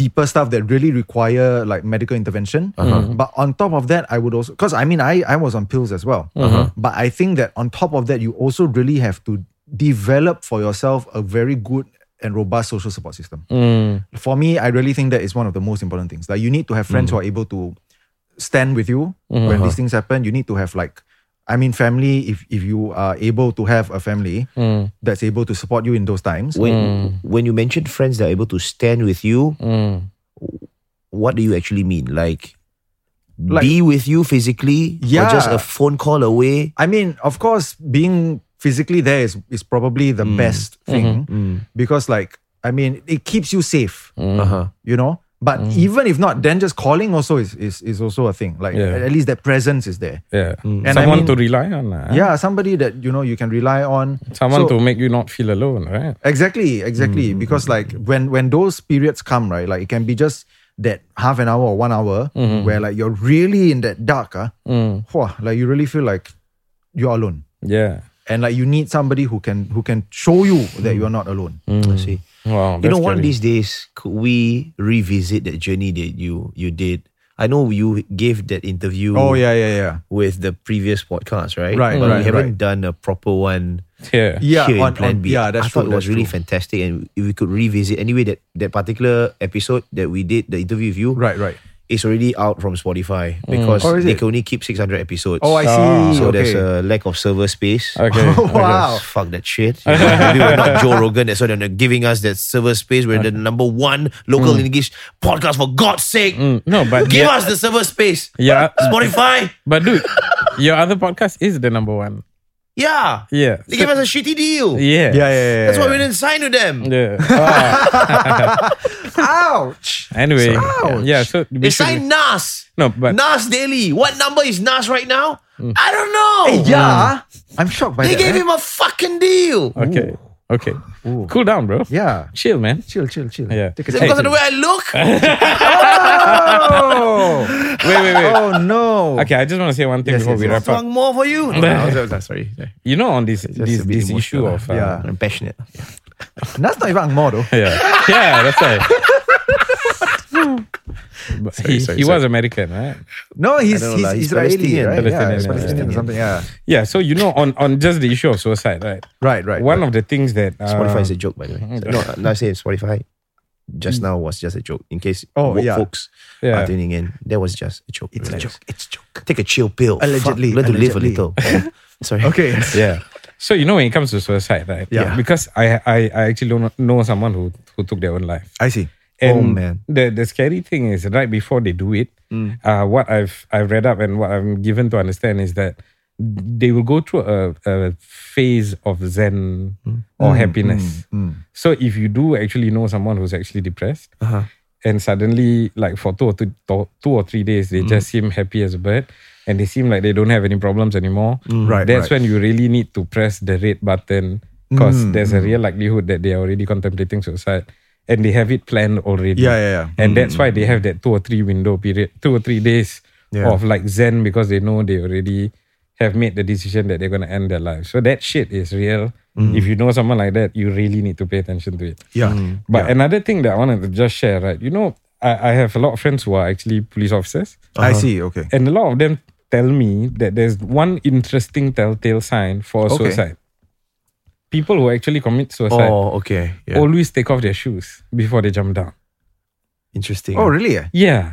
[SPEAKER 3] deeper stuff that really require like medical intervention.
[SPEAKER 7] Uh-huh.
[SPEAKER 3] But on top of that, I would also because I mean I I was on pills as well. But I think that on top of that, you also really have to develop for yourself a very good and robust social support system. For me, I really think that is one of the most important things. Like you need to have friends
[SPEAKER 2] Mm.
[SPEAKER 3] who are able to stand with you
[SPEAKER 2] Mm-hmm.
[SPEAKER 3] when
[SPEAKER 2] Uh-huh.
[SPEAKER 3] these things happen. You need to have like, I mean, family. If if you are able to have a family
[SPEAKER 2] Mm.
[SPEAKER 3] that's able to support you in those times,
[SPEAKER 7] when when you mentioned friends that are able to stand with you,
[SPEAKER 3] Mm.
[SPEAKER 7] what do you actually mean? Like,
[SPEAKER 3] Like-
[SPEAKER 7] be with you physically, or just
[SPEAKER 3] Yeah.
[SPEAKER 7] a phone call away?
[SPEAKER 3] I mean, of course, being physically there is is probably the
[SPEAKER 2] Mm.
[SPEAKER 3] best
[SPEAKER 2] Mm-hmm.
[SPEAKER 3] thing because, like, I mean, it keeps you safe.
[SPEAKER 2] Mm.
[SPEAKER 7] Uh-huh.
[SPEAKER 3] you know but even if not then just calling also is is, is also a thing like
[SPEAKER 2] Yeah.
[SPEAKER 3] at least that presence is there
[SPEAKER 2] Yeah.
[SPEAKER 3] I
[SPEAKER 2] Someone
[SPEAKER 3] mean-
[SPEAKER 2] to rely on. lah, eh?
[SPEAKER 3] yeah somebody that you know you can rely on
[SPEAKER 2] Someone
[SPEAKER 3] So-
[SPEAKER 2] to make you not feel alone, right?
[SPEAKER 3] exactly exactly
[SPEAKER 7] Mm-hmm,
[SPEAKER 3] because like when when those periods come right like it can be just that half an hour or one hour
[SPEAKER 7] Mm-hmm.
[SPEAKER 3] where like you're really in that dark ah,
[SPEAKER 7] Mm.
[SPEAKER 3] whoa, like you really feel like you're alone
[SPEAKER 2] Yeah.
[SPEAKER 3] and like you need somebody who can who can show you
[SPEAKER 7] Mm.
[SPEAKER 3] that you're not alone
[SPEAKER 7] I see.
[SPEAKER 3] Oh,
[SPEAKER 2] Wow.
[SPEAKER 7] you know,
[SPEAKER 2] that's
[SPEAKER 7] one of
[SPEAKER 2] scary.
[SPEAKER 7] these days, could we revisit that journey that you you did? I know you gave that interview.
[SPEAKER 3] oh yeah yeah yeah
[SPEAKER 7] With the previous podcast, right?
[SPEAKER 3] Right,
[SPEAKER 7] But
[SPEAKER 3] right,
[SPEAKER 7] we haven't done a proper one
[SPEAKER 2] Yeah.
[SPEAKER 3] yeah
[SPEAKER 7] here in
[SPEAKER 3] on,
[SPEAKER 7] Plan
[SPEAKER 3] on-
[SPEAKER 7] B.
[SPEAKER 3] yeah
[SPEAKER 7] I
[SPEAKER 3] that's
[SPEAKER 7] thought it
[SPEAKER 3] true
[SPEAKER 7] was
[SPEAKER 3] that's
[SPEAKER 7] really
[SPEAKER 3] true.
[SPEAKER 7] fantastic, and if we could revisit anyway that that particular episode that we did, the interview with you,
[SPEAKER 3] right right
[SPEAKER 7] it's already out from Spotify
[SPEAKER 2] Mm.
[SPEAKER 7] because
[SPEAKER 3] Oh, is
[SPEAKER 7] they
[SPEAKER 3] it?
[SPEAKER 7] can only keep 600 episodes.
[SPEAKER 3] Oh, I see.
[SPEAKER 7] So
[SPEAKER 3] okay.
[SPEAKER 7] there's a lack of server space. *laughs*
[SPEAKER 2] Okay.
[SPEAKER 3] wow.
[SPEAKER 7] Fuck that shit. You know, maybe we're not Joe Rogan. That's why they're not giving us that server space. We're the number one local English podcast for God's sake.
[SPEAKER 2] Mm, No, but
[SPEAKER 7] Give
[SPEAKER 2] Mm. yeah,
[SPEAKER 7] us the server space.
[SPEAKER 2] yeah,
[SPEAKER 7] Spotify.
[SPEAKER 2] but dude, your other podcast is the number one.
[SPEAKER 7] Yeah.
[SPEAKER 2] Yeah,
[SPEAKER 7] They gave us a shitty deal.
[SPEAKER 3] Yeah,
[SPEAKER 2] yeah,
[SPEAKER 3] yeah, yeah.
[SPEAKER 7] That's
[SPEAKER 3] yeah.
[SPEAKER 7] why we didn't sign to them.
[SPEAKER 2] yeah. Ah,
[SPEAKER 3] *laughs* Ouch.
[SPEAKER 2] anyway, yeah. So
[SPEAKER 7] They
[SPEAKER 2] we should-
[SPEAKER 7] signed Nas.
[SPEAKER 2] no, but Mm.
[SPEAKER 7] Nas Daily. What number is Nas right now? I don't know.
[SPEAKER 3] Yeah. I'm shocked by
[SPEAKER 7] They
[SPEAKER 3] that.
[SPEAKER 7] gave
[SPEAKER 3] eh?
[SPEAKER 7] him a fucking deal.
[SPEAKER 2] okay, okay, cool down, bro.
[SPEAKER 3] Yeah.
[SPEAKER 2] Chill, man.
[SPEAKER 3] Chill, chill, chill.
[SPEAKER 2] Yeah.
[SPEAKER 3] Take
[SPEAKER 7] Is
[SPEAKER 3] a
[SPEAKER 7] it *laughs*
[SPEAKER 3] chill.
[SPEAKER 7] because of the way I look?
[SPEAKER 3] Oh!
[SPEAKER 2] Wait, wait,
[SPEAKER 3] *laughs*
[SPEAKER 2] wait.
[SPEAKER 3] oh no.
[SPEAKER 2] Okay, I just want to say one thing
[SPEAKER 3] Yes,
[SPEAKER 2] before
[SPEAKER 3] yes,
[SPEAKER 2] we
[SPEAKER 3] yes.
[SPEAKER 2] wrap *laughs* up.
[SPEAKER 7] One more for you.
[SPEAKER 3] sorry.
[SPEAKER 2] You know, on this this,
[SPEAKER 7] a bit
[SPEAKER 2] this issue
[SPEAKER 7] emotional,
[SPEAKER 2] of uh,
[SPEAKER 3] Yeah.
[SPEAKER 7] I'm passionate.
[SPEAKER 3] That's not even Angmo though.
[SPEAKER 2] *laughs* Yeah, yeah, that's
[SPEAKER 3] *laughs*
[SPEAKER 2] right. But he
[SPEAKER 7] sorry, sorry.
[SPEAKER 2] he was American, right?
[SPEAKER 3] No, he's,
[SPEAKER 7] I don't know
[SPEAKER 3] he's,
[SPEAKER 7] lah, he's
[SPEAKER 3] Israeli,
[SPEAKER 7] Palestinian.
[SPEAKER 3] right? yeah,
[SPEAKER 2] Palestinian,
[SPEAKER 3] he's
[SPEAKER 2] yeah.
[SPEAKER 3] Palestinian or something. Yeah.
[SPEAKER 2] Yeah. So you know, on on just the issue of suicide, right?
[SPEAKER 3] Right, right.
[SPEAKER 2] One of the things that uh,
[SPEAKER 7] Spotify is a joke, by the way. So, no, no, I say Spotify just now was just a joke. In case
[SPEAKER 3] Oh,
[SPEAKER 7] wo-
[SPEAKER 3] yeah.
[SPEAKER 7] folks
[SPEAKER 2] Yeah.
[SPEAKER 7] are tuning in, that was just a joke.
[SPEAKER 3] It's a
[SPEAKER 7] Relax.
[SPEAKER 3] joke. It's a joke.
[SPEAKER 7] Take a chill pill. Fuck,
[SPEAKER 3] Allegedly,
[SPEAKER 7] learn to live a
[SPEAKER 3] allegedly.
[SPEAKER 7] little. Sorry. *laughs*
[SPEAKER 3] Okay.
[SPEAKER 2] yeah. So you know, when it comes to suicide, right?
[SPEAKER 3] Yeah.
[SPEAKER 2] Because I I, I actually don't know someone who who took their own life.
[SPEAKER 3] I see. Oh,
[SPEAKER 2] And
[SPEAKER 7] man.
[SPEAKER 2] The the scary thing is right before they do it,
[SPEAKER 3] Mm.
[SPEAKER 2] uh, what I've I've read up and what I'm given to understand is that they will go through a, a phase of zen
[SPEAKER 3] Mm.
[SPEAKER 2] or happiness. So if you do actually know someone who's actually depressed,
[SPEAKER 3] Uh-huh.
[SPEAKER 2] and suddenly like for two or two, to- two or three
[SPEAKER 3] Mm.
[SPEAKER 2] days they just seem happy as a bird and they seem like they don't have any problems anymore.
[SPEAKER 3] Mm. Right,
[SPEAKER 2] That's
[SPEAKER 3] right.
[SPEAKER 2] when you really need to press the red button because
[SPEAKER 3] Mm.
[SPEAKER 2] there's a real likelihood that they are already contemplating suicide and they have it planned already.
[SPEAKER 3] Yeah, yeah, Mm. yeah.
[SPEAKER 2] And that's why they have that two or three window period, two or three days
[SPEAKER 3] Yeah.
[SPEAKER 2] of like zen because they know they already have made the decision that they're gonna end their life. So that shit is real. If you know someone like that, you really need to pay attention to it.
[SPEAKER 3] Mm. Yeah.
[SPEAKER 7] mm,
[SPEAKER 2] But another thing that I wanted to just share, right? You know, I, I have a lot of friends who are actually police officers,
[SPEAKER 7] uh-huh.
[SPEAKER 3] I see. Okay.
[SPEAKER 2] and a lot of them tell me that there's one interesting telltale sign for
[SPEAKER 3] Okay.
[SPEAKER 2] suicide. People who actually commit suicide
[SPEAKER 7] Oh, okay. Yeah.
[SPEAKER 2] always take off their shoes before they jump down.
[SPEAKER 7] Interesting.
[SPEAKER 3] Oh, really?
[SPEAKER 7] Mm.
[SPEAKER 3] eh?
[SPEAKER 2] Yeah.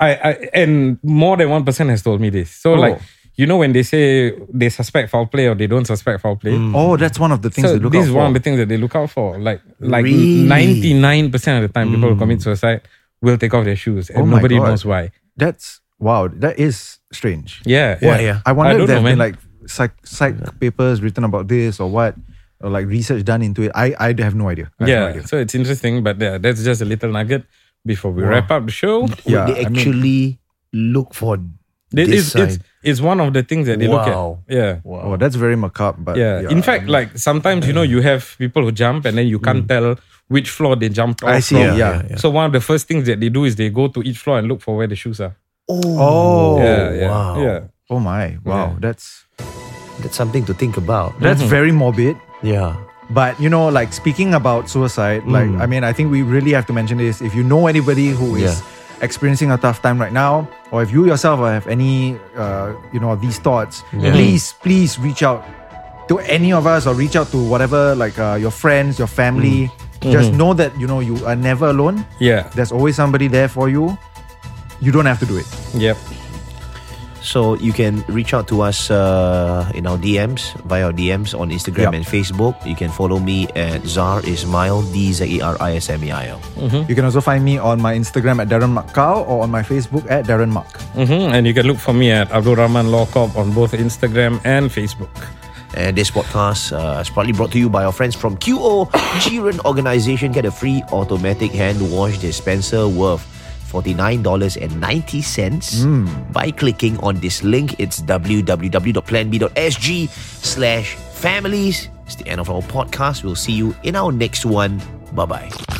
[SPEAKER 2] I, I and more than one person has told me this. So
[SPEAKER 3] Oh.
[SPEAKER 2] like you know when they say they suspect foul play or they don't suspect foul play.
[SPEAKER 3] Oh, that's one of the things
[SPEAKER 2] So
[SPEAKER 3] to look
[SPEAKER 2] this
[SPEAKER 3] out
[SPEAKER 2] is
[SPEAKER 3] for.
[SPEAKER 2] one of the things that they look out for. Like like
[SPEAKER 7] Really?
[SPEAKER 2] ninety nine percent of the time, people who commit suicide will take off their shoes, and
[SPEAKER 3] Mm. Oh my
[SPEAKER 2] nobody
[SPEAKER 3] God.
[SPEAKER 2] knows why.
[SPEAKER 3] that's wow. That is strange.
[SPEAKER 2] Yeah,
[SPEAKER 7] Why, yeah?
[SPEAKER 3] I
[SPEAKER 2] I
[SPEAKER 3] wonder
[SPEAKER 2] don't
[SPEAKER 3] if there's
[SPEAKER 2] know,
[SPEAKER 3] been like
[SPEAKER 2] man.
[SPEAKER 3] psych, psych papers written about this or what, or like research done into it. I I have no idea. I have no
[SPEAKER 2] yeah.
[SPEAKER 3] idea.
[SPEAKER 2] So it's interesting, but yeah, that's just a little nugget before we wrap up the show.
[SPEAKER 7] Would
[SPEAKER 3] Yeah,
[SPEAKER 7] they
[SPEAKER 3] I mean-
[SPEAKER 7] actually look for
[SPEAKER 2] It
[SPEAKER 7] this
[SPEAKER 2] is-
[SPEAKER 7] sign?
[SPEAKER 2] it's, it's one of the things that they
[SPEAKER 7] Wow.
[SPEAKER 2] look at. Yeah.
[SPEAKER 3] Oh, that's very macabre. But um,
[SPEAKER 2] Yeah. In fact, like sometimes you know you have people who jump and then you can't tell which floor they jumped off.
[SPEAKER 3] Mm. I see.
[SPEAKER 2] from.
[SPEAKER 3] Yeah. yeah.
[SPEAKER 2] So one of the first things that they do is they go to each floor and look for where the shoes are.
[SPEAKER 3] Oh,
[SPEAKER 2] yeah, yeah,
[SPEAKER 7] wow.
[SPEAKER 2] yeah.
[SPEAKER 3] oh my, wow. That's
[SPEAKER 7] That's something to think about.
[SPEAKER 3] that's
[SPEAKER 2] Mm-hmm.
[SPEAKER 3] very morbid.
[SPEAKER 7] Yeah.
[SPEAKER 3] But you know, like speaking about suicide, like I mean, I think we really have to mention this. If you know anybody who is experiencing a tough time right now, or if you yourself have any, uh, you know, these thoughts, please, please reach out to any of us or reach out to whatever, like uh, your friends, your family. Just know that you know you are never alone.
[SPEAKER 2] Yeah.
[SPEAKER 3] There's always somebody there for you. You don't have to do it.
[SPEAKER 2] Yep.
[SPEAKER 7] So you can reach out to us uh, in our DMs via our DMs on Instagram and
[SPEAKER 3] Yup.
[SPEAKER 7] Facebook. You can follow me at Zar Ismail D Z E R I S M E I L.
[SPEAKER 3] You can also find me on my Instagram at Darren Mark Cow or on my Facebook at Darren Mark.
[SPEAKER 2] hmm And you can look for me at Abdul Rahman Law Corp on both Instagram and Facebook.
[SPEAKER 7] And this podcast uh, is proudly brought to you by our friends from *coughs* QO Jiren Organization. Get a free automatic hand wash dispenser worth $49.90 by clicking on this link. It's www.planb.sg slash families. It's the end of our podcast. We'll see you in our next one. Bye-bye.